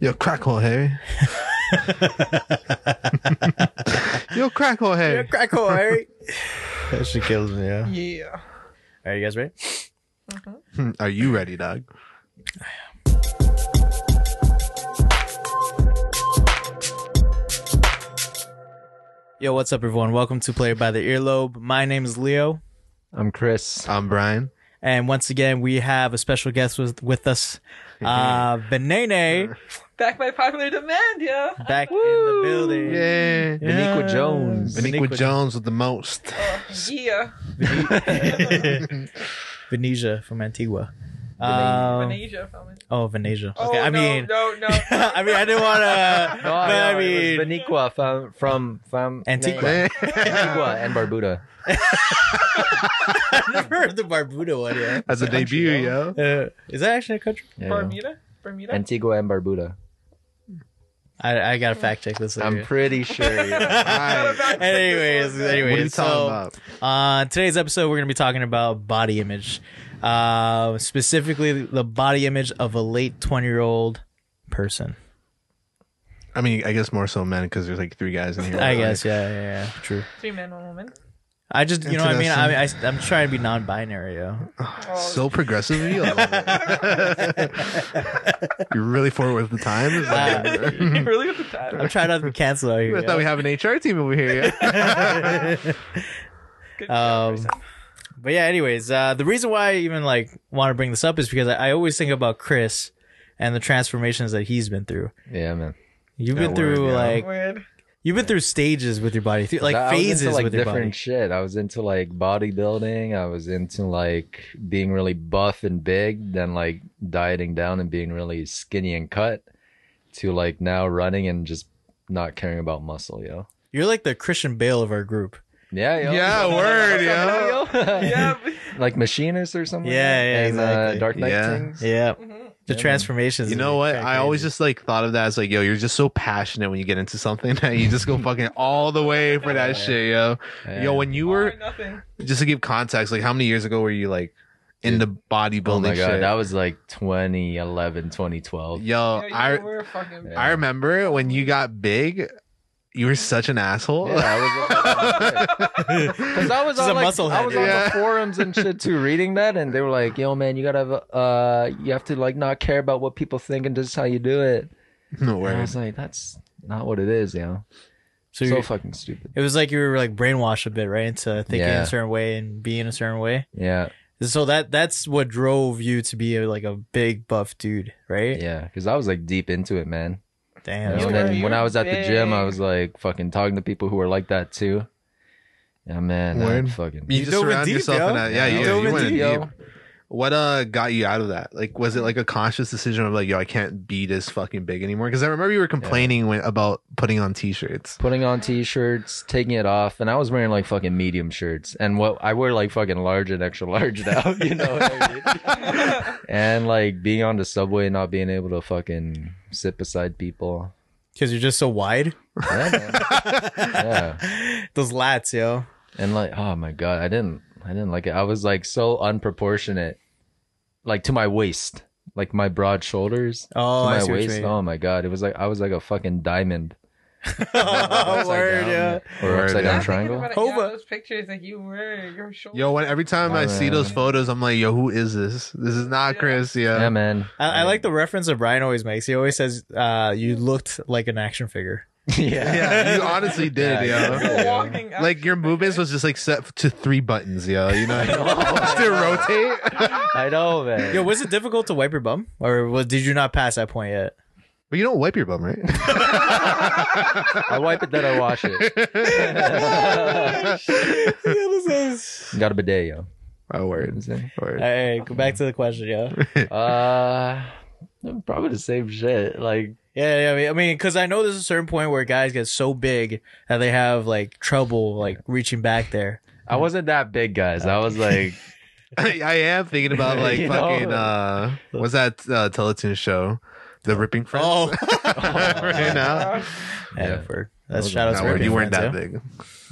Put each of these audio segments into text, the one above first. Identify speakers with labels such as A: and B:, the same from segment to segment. A: You're a crackhole, Harry. You're a crackhole,
B: You're a
A: Harry.
B: crack whore, Harry.
C: That shit kills me, yeah.
A: Yeah.
B: Are you guys ready?
A: Are you ready, dog?
B: Yo, what's up, everyone? Welcome to Player by the Earlobe. My name is Leo,
C: I'm Chris.
A: I'm Brian.
B: and once again, we have a special guest with, with us, uh, Benene,
D: Back by popular demand, yeah.
B: back in
D: Woo.
B: the building.
A: Yeah.
C: Viniqua Jones.
A: Viniqua Jones with the most.
D: Oh, yeah.
B: Vini- Venetia from Antigua. Um,
D: Venetia from it.
B: oh, Venetia.
D: Oh,
B: okay, I
D: no,
B: mean,
D: no, no.
B: I mean, I didn't want to.
C: No,
B: I
C: no, it was
B: mean,
C: Viniqua from from, from
B: Antigua.
A: Yeah.
C: Antigua and Barbuda.
B: I never heard the Barbuda one yet.
A: As a debut, yo.
B: Uh, is that actually a country?
C: Yeah.
D: Bermuda? Bermuda?
C: Antigua and Barbuda.
B: I, I gotta fact check this.
C: I'm
B: Later.
C: pretty sure. yeah.
A: Alright.
B: anyways, anyways,
A: What are you
B: so,
A: talking about?
B: Uh, today's episode, we're going to be talking about body image, uh, specifically the body image of a late 20 year old person.
A: I mean, I guess more so men because there's like three guys in here.
B: I guess, yeah, yeah, yeah, true.
D: Three men, one woman.
B: I just, you know what I mean? I, mean, I, I'm trying to be non binary, yo.
D: Oh,
A: So progressive of you. I love it. You're really forward with the times.
B: Uh,
D: really with the time.
B: I'm trying not to be canceled out here.
A: I thought we have an HR team over here. yeah.
D: Good
B: Um,
D: job,
B: but yeah, anyways, uh, the reason why I even like want to bring this up is because I, I always think about Chris and the transformations that he's been through.
C: yeah, man.
B: You've
A: Yeah,
B: been through
A: word, yeah.
B: like
D: Chris. Weird.
B: you've been through stages with your body, through, like
C: I was into,
B: phases
C: like,
B: with your
C: different
B: body.
C: shit. I was into like bodybuilding. I was into like being really buff and big, then like dieting down and being really skinny and cut, to like now running and just not caring about muscle, yo.
B: You're like the Christian Bale of our group.
C: Yeah, yo.
A: Yeah, word, yo.
D: Yeah. but-
C: like machinist or something.
B: Yeah,
C: like that?
B: yeah,
C: and,
B: exactly.
C: Uh, Dark Knight
A: Yeah.
C: things.
B: Yeah,
D: mhm.
B: the transformations.
A: You
B: is
A: know what?
B: kinda
A: I always
B: crazy.
A: just like thought of that as like, yo, you're just so passionate when you get into something that you just go fucking all the way for that shit, yo.
C: Yeah.
A: Yo, when you
D: Or
A: were
D: nothing.
A: just to give context, like how many years ago were you like in the bodybuilding
C: oh my god,
A: shit?
C: that was like 2011, 2012.
A: yo,
D: Yeah, you
A: Oh, I
D: were fucking.
C: Yeah.
A: I remember when you got big, you were such an asshole.
C: Yeah, I was. Because I was
B: Just
C: on,
B: a
C: like,
B: muscle
C: I was
B: head,
C: on
A: yeah.
C: the forums and shit too, reading that, and they were like, "Yo, man, you gotta, uh, you have to like not care about what people think and just how you do it."
A: no
C: And I
A: worries.
C: was like, "That's not what it is, you know."
B: so,
C: so
B: you-
C: fucking stupid.
B: it was like you were like brainwashed a bit, right, into thinking
C: Yeah.
B: a certain way and being a certain way.
C: Yeah,
B: So that that's what drove you to be like a big buff dude, right?
C: yeah. Because I was like deep into it, man.
B: Damn.
C: You
B: that's
C: know,
D: You
C: and
B: kinda-
D: were-
C: then
D: you
C: when I
D: were
C: was at the gym, I
D: big.
C: was like fucking talking to people who were like that too. Yeah, man. I
A: Word.
C: fucking.
A: You,
B: You
A: just
B: dove in
A: surround
B: deep,
A: yourself
B: yo.
A: in that. Yeah,
C: Yeah,
A: you,
C: I
A: you
B: dove in
A: went in
C: deep, yo.
A: deep. What uh got you out of that? Like, was it like a conscious decision of like, yo, I can't be this fucking big anymore? Because I remember you were complaining when, about putting on t-shirts.
C: putting on t-shirts, taking it off, and I was wearing like fucking medium shirts, and what I wear like fucking large and extra large now, you know. What I mean? and like being on the subway, and not being able to fucking sit beside people.
B: Because you're just so wide.
C: Yeah, man. yeah.
B: Those lats, yo.
C: and like oh my god, I didn't, I didn't like it. I was like so unproportionate, like to my waist, like my broad shoulders.
B: Oh,
C: to
B: I
C: my
B: see what you
C: waist.
B: mean.
C: Oh my god, it was like I was like a fucking diamond
B: oh,
C: Upside
B: word,
C: down,
B: yeah.
C: or
A: Word,
C: upside
A: yeah.
C: down
D: I'm thinking
C: triangle.
D: about it,
B: Hova.
D: Yeah, those pictures that you were, your shoulders.
A: Yo, when every time I
C: Oh,
A: see
C: yeah.
A: those photos, I'm like, yo, who is this? This is not
D: Yeah.
A: Chris. Yeah.
C: Yeah, man.
B: I, I like the reference that Brian always makes. He always says, uh, "You looked like an action figure."
C: yeah.
A: Yeah, you honestly did,
C: Yeah,
A: yo.
C: yeah.
D: You're walking up.
A: Like your movements was just like set to three buttons, yo. You know, to rotate.
C: I know, man.
B: Yo, was it difficult to wipe your bum, or was, did you not pass that point yet?
A: But you don't wipe your bum, right?
C: I wipe it, then I wash it. Got a bidet, yo.
A: oh, word.
B: All
A: Word.
B: right, go back to the question. Yeah,
C: Uh, probably the same shit. Like,
B: yeah, yeah. I mean- I mean, because I know there's a certain point where guys get so big that they have like trouble like reaching back there.
C: I wasn't that big, guys. I was like,
A: I, I am thinking about like
C: You know?
A: fucking uh what's that uh Teletoon show? The ripping friends.
B: Oh,
A: right now.
D: Uh,
B: yeah,
C: Yeah.
B: for,
C: That
B: that's
C: was
B: shout out
A: Nah,
B: to
A: word,
B: Ripping
A: you weren't
B: Friends,
A: that
B: yeah.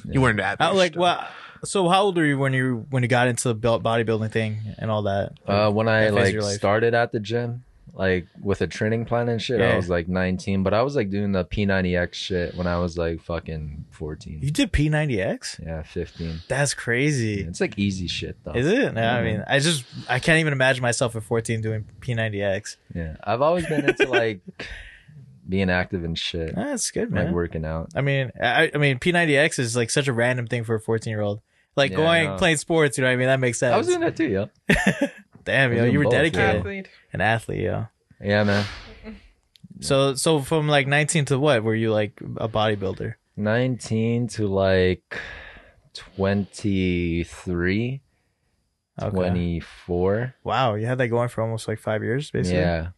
A: big. You weren't that big.
B: How- like,
A: still.
B: well, so how old were you when you when you got into the bel- bodybuilding thing and all that?
C: uh, when
B: That
C: I
B: phase of
C: like
B: your life.
C: started at the gym, like with a training plan and shit.
B: Yeah.
C: I was like 19, but I was like doing the P90X shit when I was like fucking 14.
B: You did P90X?
C: yeah, 15.
B: That's
C: Yeah,
B: crazy.
C: it's like easy shit though.
B: Is it? No, I
C: Mhm.
A: Mm-hmm.
B: mean, I just I can't even imagine myself at 14 doing P90X.
C: Yeah, I've always been into like being active and shit,
B: Ah, That's good,
C: like
B: man.
C: working out.
B: I mean, I, I mean, P90X is like such a random thing for a 14 year old. Like
C: Yeah, I
B: going
C: know.
B: playing sports, you know what I mean? That makes sense.
C: I was doing that too, yeah.
B: Damn,
C: I was
B: yo, you
C: doing
B: were
C: both, yeah.
B: dedicated,
D: Athlete.
B: an athlete, yo.
C: Yeah, man.
B: So, so from like 19 to what were you like a bodybuilder?
C: 19 to like 23,
B: Okay.
C: 24.
B: Wow, you had that going for almost like five years, basically.
C: Yeah.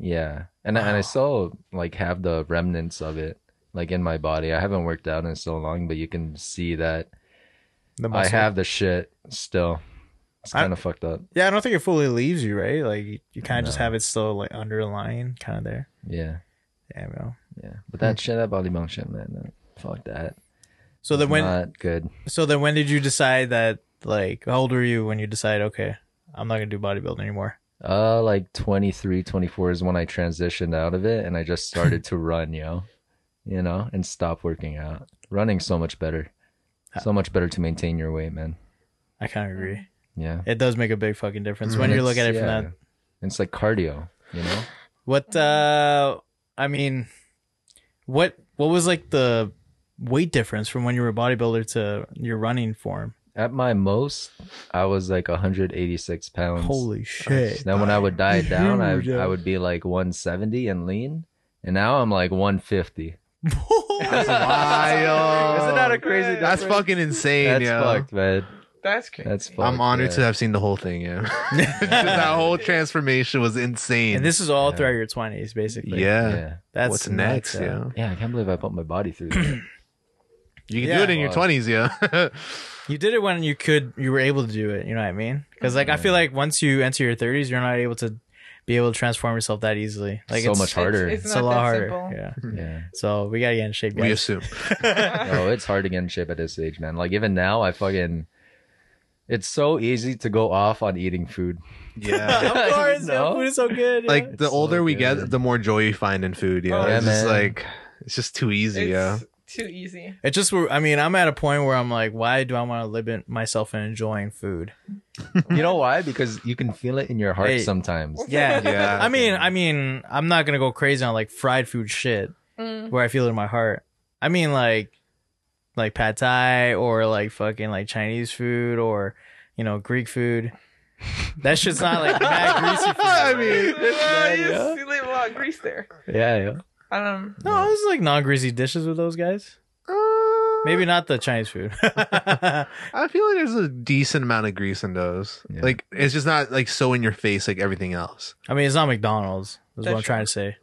C: Yeah. And, I and
B: Wow.
C: I still like have the remnants of it like in my body. I haven't worked out in so long, but you can see that
B: The
C: I
B: muscle.
C: have the shit still. It's
B: I-
C: kind of fucked up.
B: Yeah, I don't think it fully leaves you, right? Like you, you kind of just
C: No.
B: have it still like underlying, kind of there.
C: Yeah.
B: Damn, yo.
C: Yeah. But that shit, that body bunk shit, man. no, Fuck that.
B: Hmm. So then
C: It's
B: when,
C: not good.
B: so then when did you decide that? Like, how old were you when you decided? Okay, I'm not gonna do bodybuilding anymore.
C: Uh, like 23, 24 is when I transitioned out of it and I just started to run, yo, you know, and stop working out. Running so much better.
B: Ah.
C: So much better to maintain your weight, man.
B: I kind
D: Hmm.
B: of agree.
C: Yeah.
B: It does make a big fucking difference
A: Mhm.
B: when you
C: It's-
B: look at it from
C: yeah.
B: that.
C: It's like cardio, you know?
B: What? uh I mean, what? What was like the weight difference from when you were a bodybuilder to your running form?
C: At my most, I was like 186 pounds.
B: Holy shit!
C: Then when I would diet down, I,
B: Huge.
C: I would be like 170 and lean. And now I'm like 150.
A: That's wild.
C: Isn't that a crazy
A: That's
C: difference?
A: fucking insane,
C: That's
A: yo.
C: fucked, man.
D: That's crazy.
C: That's fucked.
A: I'm honored
C: yeah.
A: to have seen the whole thing, yeah. Just that whole transformation was insane.
B: and this is all
C: Yeah.
B: throughout your twenties, basically.
A: yeah.
C: Yeah.
B: that's
A: What's next,
B: nuts, yeah.
A: yeah?
C: Yeah, I can't believe I put my body through that.
A: You can
B: Yeah.
A: do it in your
C: Wow.
A: 20s, yeah.
B: You did it when you could, you were able to do it. You know what I mean? Because like I feel like once you enter your thirties, you're not able to be able to transform yourself that easily. Like
C: so
B: it's,
C: much harder.
D: it's-
B: It's
D: Not
B: a lot
D: that
B: harder.
D: simple.
B: Yeah.
C: yeah.
B: So we gotta get in shape.
A: we
B: Guys.
A: assume.
C: Oh, it's hard to get in shape at this age, man. Like even now, I fucking. It's so easy to go off on eating food.
A: Yeah.
B: of course,
C: No.
B: yo, food is so good. yeah.
A: like the
C: It's so
A: older we
C: good.
A: get, the more joy you find in food, yeah.
D: Oh,
A: it's
C: yeah,
A: just
C: man.
A: like it's just too easy,
D: It's
A: yeah.
D: too easy.
B: It just, were- I mean, I'm at a point where I'm like, why do I want to limit myself in enjoying food?
C: You know why? Because you can feel it in your heart
B: Hey.
C: sometimes.
B: Yeah.
A: Yeah.
B: I mean, I mean, I'm not gonna go crazy on like fried food shit
D: Mm.
B: where I feel it in my heart. I mean, like, like pad thai or like fucking like Chinese food or you know Greek food. That shit's not like mad greasy food.
A: I mean-
D: well, you,
C: yeah.
D: you leave a lot of uh, grease there.
C: Yeah, yeah.
D: Um,
B: no, it's like non-greasy dishes with those guys.
A: Uh,
B: Maybe not the Chinese food. yeah,
A: I feel like there's a decent amount of grease in those.
C: Yeah.
A: Like it's just not like so in your face like everything else.
B: I mean, it's not McDonald's. Is what I'm trying to say.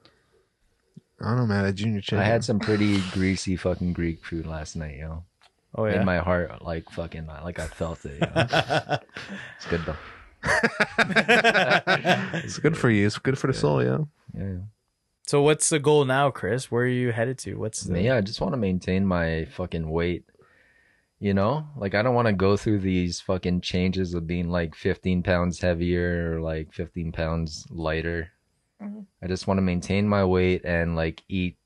A: I don't know, man. That junior chicken.
C: I had some pretty greasy fucking Greek food last night, yo.
B: Oh
C: In
B: yeah.
C: my heart, like fucking, like I felt it. Yo. it's good though.
A: it's good for you. It's good for the soul, yeah.
C: Yeah, yeah.
B: so what's the goal now, Chris? Where are you headed to? What's the
C: Me, I just want to maintain my fucking weight. You know, like I don't want to go through these fucking changes of being like 15 pounds heavier or like 15 pounds lighter.
D: Mhm.
C: I just want to maintain my weight and like eat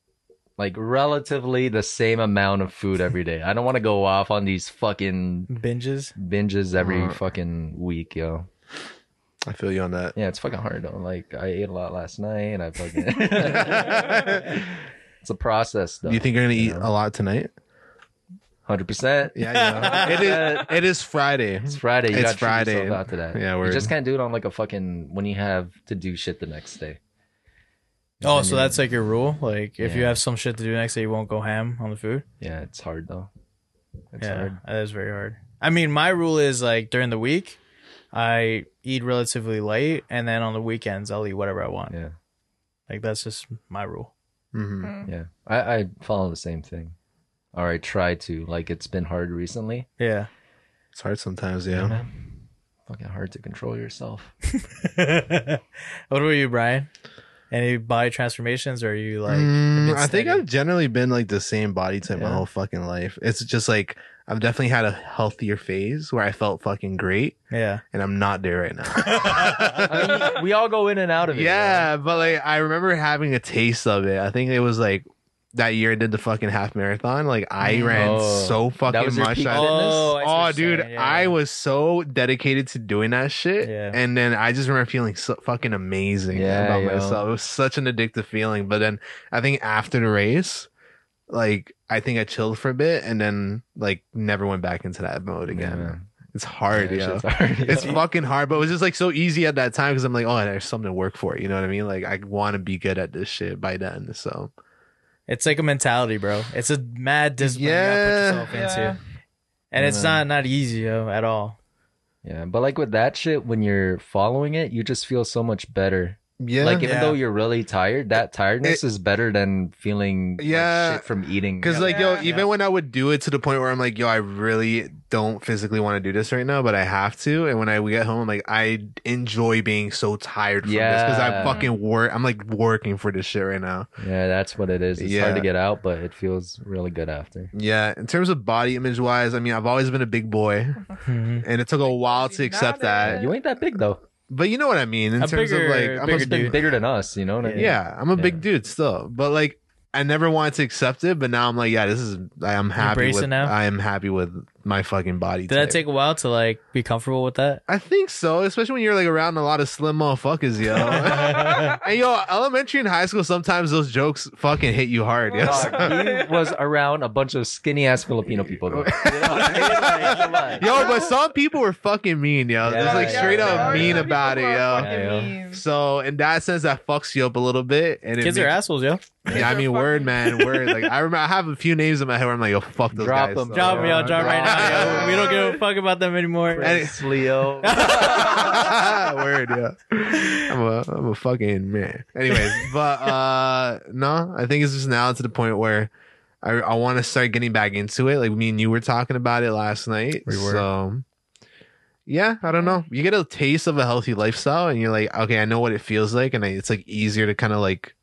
C: like relatively the same amount of food every day. I don't want to go off on these fucking
B: binges?
C: binges every
A: Mm.
C: fucking week, yo.
A: I feel you on that.
C: Yeah, it's fucking hard though. Like I ate a lot last night. I fucking. it's a process though.
A: you think you're gonna eat
C: Yeah.
A: a lot tonight?
C: 100%?
A: Yeah, yeah. it is. It is Friday.
C: It's Friday. You
A: It's
C: gotta Friday.
A: Friday.
C: Yourself out to that.
A: Yeah,
C: you
A: word.
C: just can't do it on like a fucking when you have to do shit the next day.
B: Oh, so
C: Yeah.
B: that's like your rule. Like, if you
C: Yeah.
B: have some shit to do next day, you won't go ham on the food.
C: Yeah, it's hard though. It's
B: yeah,
C: hard.
B: that is very hard. I mean, my rule is like during the week, I eat relatively light, and then on the weekends, I'll eat whatever I want.
C: Yeah,
B: Like that's just my rule.
A: Mhm.
D: mm.
C: yeah. I I follow the same thing, or I try to. Like it's been hard recently.
B: Yeah.
A: It's hard sometimes. Yeah.
C: Man, Fucking hard to control yourself.
B: what about you, Brian? Any body transformations? Or are you like?
A: Mm,
B: been
A: I think
B: steady?
A: I've generally been like the same body type my
C: Yeah.
A: whole fucking life. It's just like I've definitely had a healthier phase where I felt fucking great,
B: Yeah.
A: and I'm not there right now.
C: I mean, we all go in and out of it. right?
A: yeah, but like I remember having a taste of it. I think it was like that year I did the fucking half marathon. Like I ran
C: Oh.
A: so fucking
C: was your
A: much.
C: peak
A: that-
C: fitness?
B: I see what
A: Oh,
B: you're
A: dude,
B: saying. Yeah,
A: I
B: yeah.
A: was so dedicated to doing that shit,
B: Yeah.
A: and then I just remember feeling so fucking amazing
C: Yeah,
A: about
C: yo.
A: myself. It was such an addictive feeling. But then I think after the race, like I think I chilled for a bit, and then like never went back into that mode again.
C: Oh, Yeah.
A: It's hard,
C: Yeah,
A: yo.
C: shit's hard, yo.
A: It's fucking hard, but it was just like so easy at that time because I'm like, oh, there's something to work for. You know what I mean? Like I want to be good at this shit by then. So
B: It's like a mentality, bro. It's a mad discipline you gotta put
D: Yeah.
B: yourself
D: Yeah.
B: into. And it's
C: Yeah.
B: not not easy yo, at all.
C: Yeah, but like with that shit, when you're following it, you just feel so much better.
A: yeah,
C: Like even
B: Yeah.
C: though you're really tired, that tiredness is better than feeling like,
A: Yeah.
C: shit from eating.
A: Cause like yo,
D: Yeah.
A: even
B: Yeah.
A: when I would do it to the point where I'm like, yo, I really don't physically want to do this right now, but I have to. And when I we get home, I'm like, I enjoy being so tired from this because I
C: Yeah.
A: fucking work. I'm like working for this shit right now.
C: yeah, that's what it is. It's hard
A: Yeah.
C: to get out, but it feels really good after.
A: Yeah. In terms of body image wise, I mean, I've always been a big boy,
B: Mhm.
A: and it took a while to
D: now
A: accept
D: that-
A: that.
C: You ain't that big though.
A: But you know what I mean. In
B: A
A: terms
B: bigger-
A: of like, I'm a
B: bigger
A: spin-
B: dude.
C: Bigger than us, you know. What I mean?
A: yeah, I'm a
C: Yeah.
A: big dude still. But like, I never wanted to accept it, but now I'm like, yeah, this is. I am happy
B: Embrace
A: with.
B: it now?
A: I am happy with my fucking body.
B: Did that
A: type.
B: take a while to like be comfortable with that?
A: I think so, especially when you're like around a lot of slim motherfuckers, yo. and yo, elementary and high school, sometimes those jokes fucking hit you hard. Yes.
C: Dog, he was around a bunch of skinny ass Filipino people. Though. You know what I mean? Like, come on.
A: yo, but some people were fucking mean, yo.
C: Yeah,
A: There's like
C: yeah,
A: straight
C: yeah.
A: up mean
C: Yeah,
A: about it, yo.
C: Yeah,
A: So in that sense, that fucks you up a little bit. And it
B: Kids are
A: makes-
B: assholes, yo.
A: Yeah, I mean, word, man, word. Like I remember, I have a few names in my head where I'm like, yo, fuck those
C: Drop
A: guys.
C: 'em.
A: though.
B: Drop
C: Oh,
B: me, yo. Drop right now, yo. We don't give a fuck about them anymore.
A: Right.
C: Prince Leo.
A: Word, yeah. I'm a I'm a fucking man. Anyways, but uh no, I think it's just now to the point where I I want to start getting back into it. Like me and you were talking about it last night.
B: We were.
A: So yeah, I don't know. You get a taste of a healthy lifestyle, and you're like, okay, I know what it feels like, and I, it's like easier to kind of like,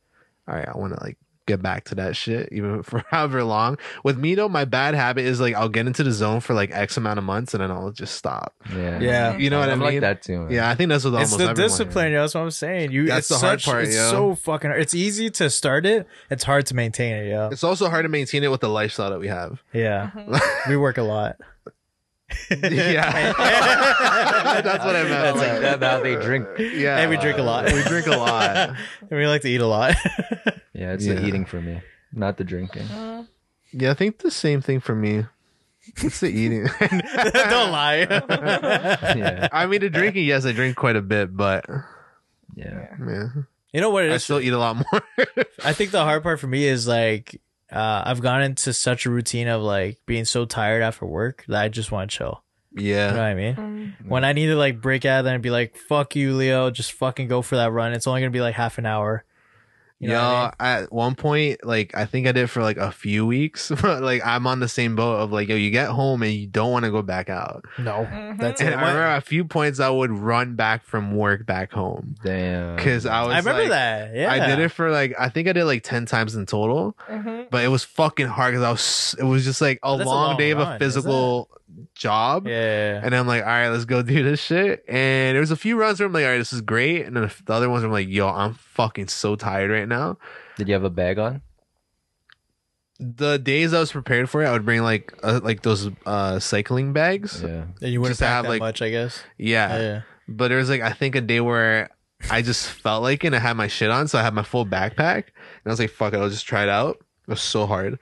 A: all right, I want to like get back to that shit even for however long. With me though, my bad habit is like I'll get into the zone for like X amount of months, and then I'll just stop.
C: Yeah.
B: Yeah.
A: You know what
C: I'm
A: I mean?
C: like that too. man.
A: Yeah, I think that's what
B: It's
A: almost
B: the
A: everyone-
B: discipline, yo. That's what I'm saying. You,
A: That's
B: it's
A: the hard
B: such,
A: part,
B: It's
A: yo.
B: so fucking. Hard. It's easy to start it. It's hard to maintain it, yo.
A: It's also hard to maintain it with the lifestyle that we have.
B: Yeah, we work a lot.
A: yeah, that's what I meant.
C: That's like that, how they drink.
A: Yeah,
B: And we drink a lot.
A: We drink a lot.
B: And we like to eat a lot.
C: Yeah, it's
A: Yeah.
C: the eating for me, not the drinking.
A: Yeah, I think the same thing for me. It's the eating.
B: Don't lie.
C: yeah,
A: I mean, the drinking. Yes, I drink quite a bit, but
C: yeah.
A: yeah,
B: you know what it
A: I
B: is?
A: still eat a lot more.
B: I think the hard part for me is like uh, I've gone into such a routine of like being so tired after work that I just want to chill. You know
A: yeah,
B: what I mean? When I need to like break out, then I'd be like, "Fuck you, Leo! Just fucking go for that run. It's only gonna be like half an hour." You know
A: yeah.
B: what I mean?
A: At one point, like I think I did for like a few weeks. but, like I'm on the same boat of like, yo, you get home and you don't want to go back out.
B: No, that's
D: Mm-hmm.
A: And
B: it.
A: I
B: Why-
A: remember a few points I would run back from work back home
C: Damn.
A: because I was.
B: I remember
A: like-
B: that. Yeah,
A: I did it for like I think I did like ten times in total,
D: Mm-hmm.
A: but it was fucking hard because I was it was just like a
B: That's
A: long,
B: a long
A: day of
B: run,
A: a physical job,
B: Yeah,
A: and I'm like, all right, let's go do this shit. And there was a few runs where I'm like, all right, this is great, and then the other ones where I'm like, yo, I'm fucking so tired right now.
C: Did you have a bag on?
A: The days I was prepared for it, I would bring like uh, like those uh cycling bags, yeah.
C: Yeah.
B: and you wouldn't
A: Just to
B: pack
A: have,
B: that
A: like-
B: much, I guess. Yeah,
A: But there was like I think a day where. I just felt like it and I had my shit on, so I had my full backpack. And I was like, fuck it, I'll just try it out. It was so hard.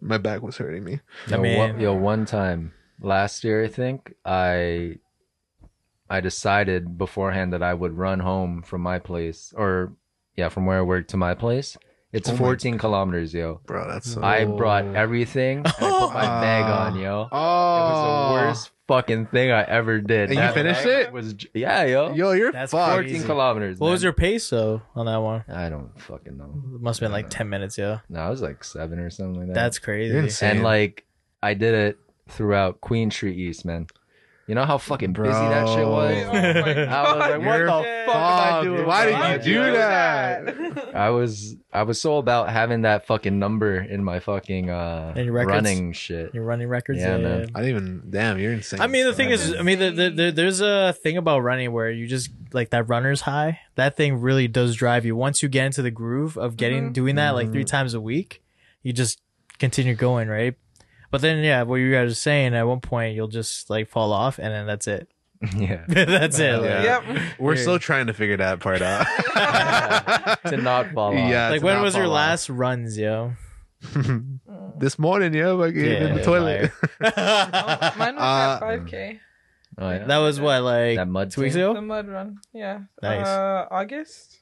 A: My back was hurting me.
B: I
C: Yo,
B: mean-
C: one, yo, one time last year, I think I I decided beforehand that I would run home from my place, or yeah, from where I work to my place. It's
A: Oh my- Oh.
C: 14 kilometers, yo.
A: Bro, that's so...
C: I brought everything. and I put my bag on, yo. It was the worst fucking thing I ever did.
A: Oh. And you
C: That
A: finished
C: bag
A: it?
C: Was j- yeah, yo.
A: Yo, you're
B: That's
A: fucked.
C: 14 kilometers.
B: What was
C: man.
B: your pace though on that one?
C: I don't fucking know.
B: It must have been like ten minutes. Yeah,
C: No, it was like seven or something like that.
B: that's crazy.
A: You're insane.
C: and like I did it throughout Queen Street East, man. You know how fucking busy that shit
D: Oh
C: was.
A: Bro.
D: my
C: I was like, what
D: God,
C: the
D: shit.
C: fuck am I
A: Fuck,
C: doing?
A: why did
C: bro?
A: you
D: Why'd
A: do that?
C: I was I was so about having that fucking number in my fucking uh
B: In your records?
C: running shit.
B: You're running records.
C: Yeah,
B: Yeah,
C: man.
A: I didn't even. Damn, you're insane.
B: I mean, the thing is, I mean, the, the, the, there's a thing about running where you just like that runner's high. That thing really does drive you. Once you get into the groove of getting
D: Mhm.
B: doing that like
A: Mm-hmm.
B: three times a week, you just continue going, right? But then, yeah, what you guys are saying, at one point you'll just like fall off, and then that's it.
C: yeah.
B: that's it. like-
A: Yeah.
D: Yep.
A: we're
B: Yeah.
A: still trying to figure that part out.
C: To not fall off.
A: Yeah.
B: Like,
A: to
B: when
A: not
B: was your
A: fall off.
B: last runs, yo?
A: this morning, yeah, like in the
B: Yeah,
A: toilet.
D: Oh, mine was
A: Uh,
D: at 5K.
C: Oh, yeah.
B: That was what, like
C: That mud
B: two weeks
C: thing?
B: ago.
D: The mud run. Yeah.
B: Nice.
D: Uh, August.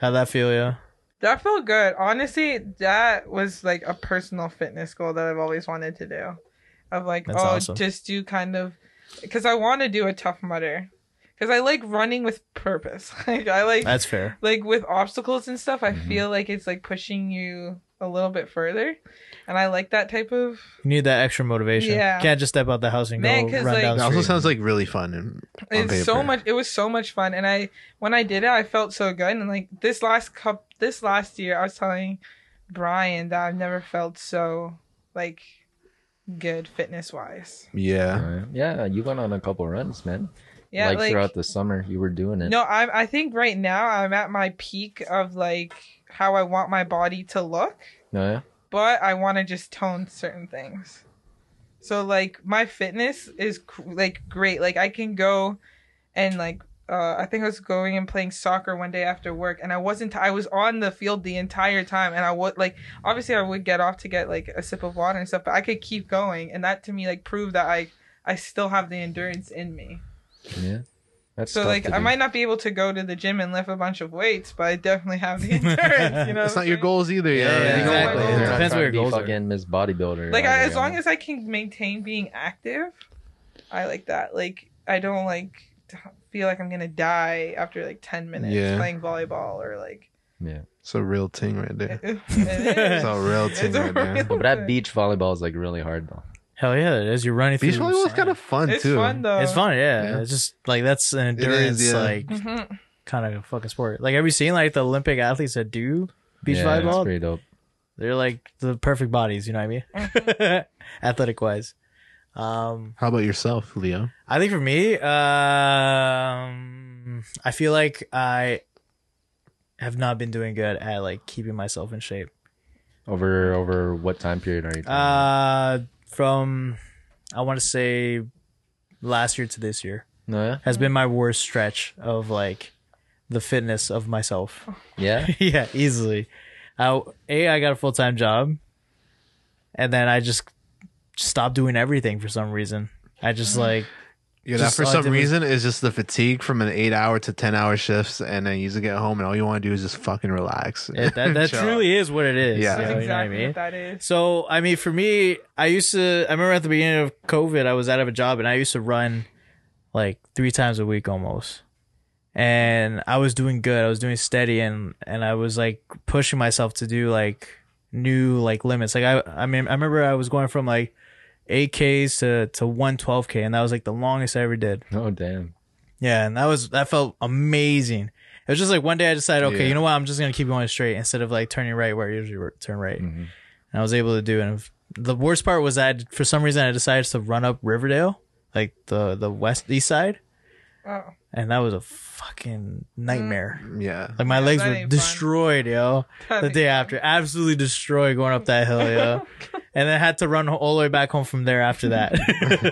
B: How'd that feel, yo?
D: That felt good. Honestly, that was like a personal fitness goal that I've always wanted to do. Of like,
B: That's
D: oh,
B: awesome.
D: just do kind of, because I want to do a tough mudder, because I like running with purpose. like I like
B: That's Mm-hmm. fair.
D: like with obstacles and stuff. I
C: Mhm.
D: feel like it's like pushing you a little bit further, and I like that type of.
B: You need that extra motivation.
D: Yeah.
B: Can't just step out the house and
D: Man,
B: go
D: 'cause,
B: run
D: like-
B: down
A: That
B: the
A: also
B: street.
A: sounds like really fun. And on
D: It's so
A: paper.
D: much. It was so much fun, and I when I did it, I felt so good. And like this last cup, this last year, I was telling Brian that I've never felt so like good fitness wise.
A: yeah,
C: Oh, yeah. Yeah, you went on a couple runs, man.
D: Yeah,
C: like,
D: like,
C: throughout the summer, you were doing it.
D: no, I I think right now I'm at my peak of like how I want my body to look,
C: No, Oh, yeah.
D: but I want to just tone certain things. So like my fitness is c- like great. Like I can go and like uh, I think I was going and playing soccer one day after work, and I wasn't. I was on the field the entire time, and I would like obviously I would get off to get like a sip of water and stuff, but I could keep going, and that to me like proved that I I still have the endurance in me.
C: Yeah. That's
D: So
C: tough
D: like
C: to
D: I
C: do.
D: might not be able to go to the gym and lift a bunch of weights, but I definitely have the endurance. You know,
A: that's not
D: what I'm
A: your
D: saying?
A: goals either. Yeah, You
B: Yeah,
A: don't want
D: exactly.
A: goals.
C: You're
B: It
C: not
B: depends
C: trying
B: where
C: to
B: your
C: be
B: goals are.
C: fucking Miss Bodybuilder.
D: like I, as long
C: as.
D: as i can maintain being active i like that like i don't like t- feel like i'm gonna die after like 10 minutes
A: Yeah.
D: playing volleyball or like
C: Yeah.
A: It's a real thing right there.
D: it
A: It's
D: is.
A: a real
D: It's
A: thing
D: a
A: right there.
D: real
C: But that
D: thing.
C: beach volleyball is like really hard though.
B: Hell yeah, it is. You're running
A: Beach
B: through.
A: volleyball is
B: sand.
A: kind of fun
D: it's
A: too.
D: fun though
B: It's fun, yeah.
A: Yeah.
B: It's just like that's an
A: It is,
B: endurance,
A: yeah.
B: like
D: Mhm.
B: kind of fucking sport. Like, have you seen like the Olympic athletes that do beach
C: yeah, It's
B: volleyball?
C: pretty dope.
B: They're like the perfect bodies. You know what I mean? Athletic wise. Um,
A: How about yourself, Leo?
B: I think for me, um, I feel like I have not been doing good at like keeping myself in shape.
C: Over over what time period are you? talking about?
B: Uh, from I want to say last year to this year
C: no, yeah,
B: has been my worst stretch of like the fitness of myself.
C: yeah.
B: yeah, easily. I, a, I got a full time job, and then I just stopped doing everything for some reason. I just like
A: Yeah, that
B: Just
A: for
B: all I
A: some
B: did was-
A: reason is just the fatigue from an eight-hour to ten-hour shifts, and then you just get home and all you want to do is just fucking relax.
B: it, that. That
A: Chill out.
B: truly is what it is.
A: Yeah.
B: you
D: that's
B: know,
D: exactly
B: you know what I mean?
D: what that is
B: So I mean, for me, I used to. I remember at the beginning of COVID, I was out of a job, and I used to run like three times a week almost. And I was doing good. I was doing steady, and and I was like pushing myself to do like new like limits. Like I, I mean, I remember I was going from like eight Ks to to one twelve K, and that was like the longest I ever did.
C: Oh damn.
B: Yeah, and that was that felt amazing. It was just like one day I decided, okay,
A: Yeah.
B: you know what, I'm just gonna keep going straight instead of like turning right where I usually turn right
C: hmm
B: and I was able to do. it. And if- the worst part was that for some reason I decided to run up Riverdale, like the the west east side,
D: oh
B: and that was a fucking nightmare.
A: Yeah,
B: Like my
D: Mm. Yeah,
B: legs
D: that
B: were
D: ain't fun.
B: destroyed, yo.
D: that
B: The
D: is-
B: day after, absolutely destroyed going up that hill, yo. and then had to run all the way back home from there after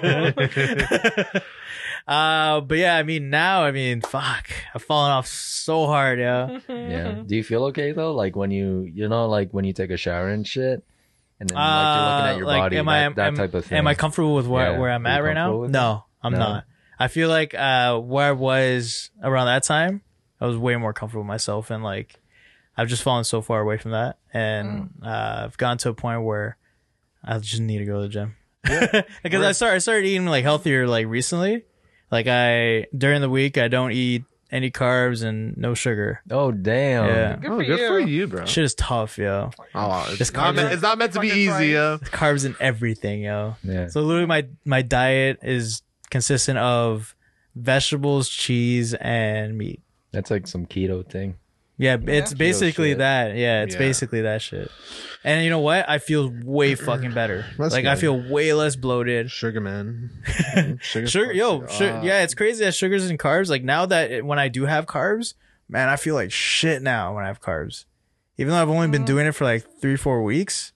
B: that. uh, but yeah, I mean now, I mean, fuck, I've fallen off so hard, yo.
C: Yeah. Do you feel okay though? Like when you you know like when you take a shower and shit, and then like you're looking
B: Uh,
C: at your
B: like,
C: body,
B: am
C: that,
B: I-
C: that
B: am-
C: type of thing.
B: Am I comfortable with where,
C: Yeah.
B: where I'm
C: Are you
B: at right
C: comfortable
B: now?
C: with
B: No, I'm
C: No?
B: not. I feel like uh, where I was around that time, I was way more comfortable with myself, and like I've just fallen so far away from that, and uh, I've gotten to a point where I just need to go to the gym because I started I started eating like healthier like recently. Like I during the week, I don't eat any carbs and no sugar.
C: oh damn.
B: Yeah.
D: good,
A: oh,
D: for,
A: good
D: you.
A: for you, bro.
B: Shit is tough, yo.
A: Oh, it's,
B: Just
A: not meant, it's not meant to be
D: fucking
A: easy,
D: price.
A: yo.
B: Carbs in everything, yo.
C: Yeah.
B: So literally, my my diet is consistent of vegetables, cheese, and meat.
C: That's like some keto thing.
B: Yeah, it's
C: Keto
B: basically
C: shit.
B: that. Yeah, it's
A: Yeah.
B: basically that shit. And you know what? I feel way fucking better.
A: That's
B: like I
A: good.
B: feel way less bloated.
A: Sugar man. Sugar.
B: Sugar,
A: fucks
B: yo,
A: you
B: sure,
A: up.
B: yeah, it's crazy that sugars and carbs. Like now that it- when I do have carbs, man, I feel like shit now when I have carbs. Even though I've only been doing it for like three, four weeks,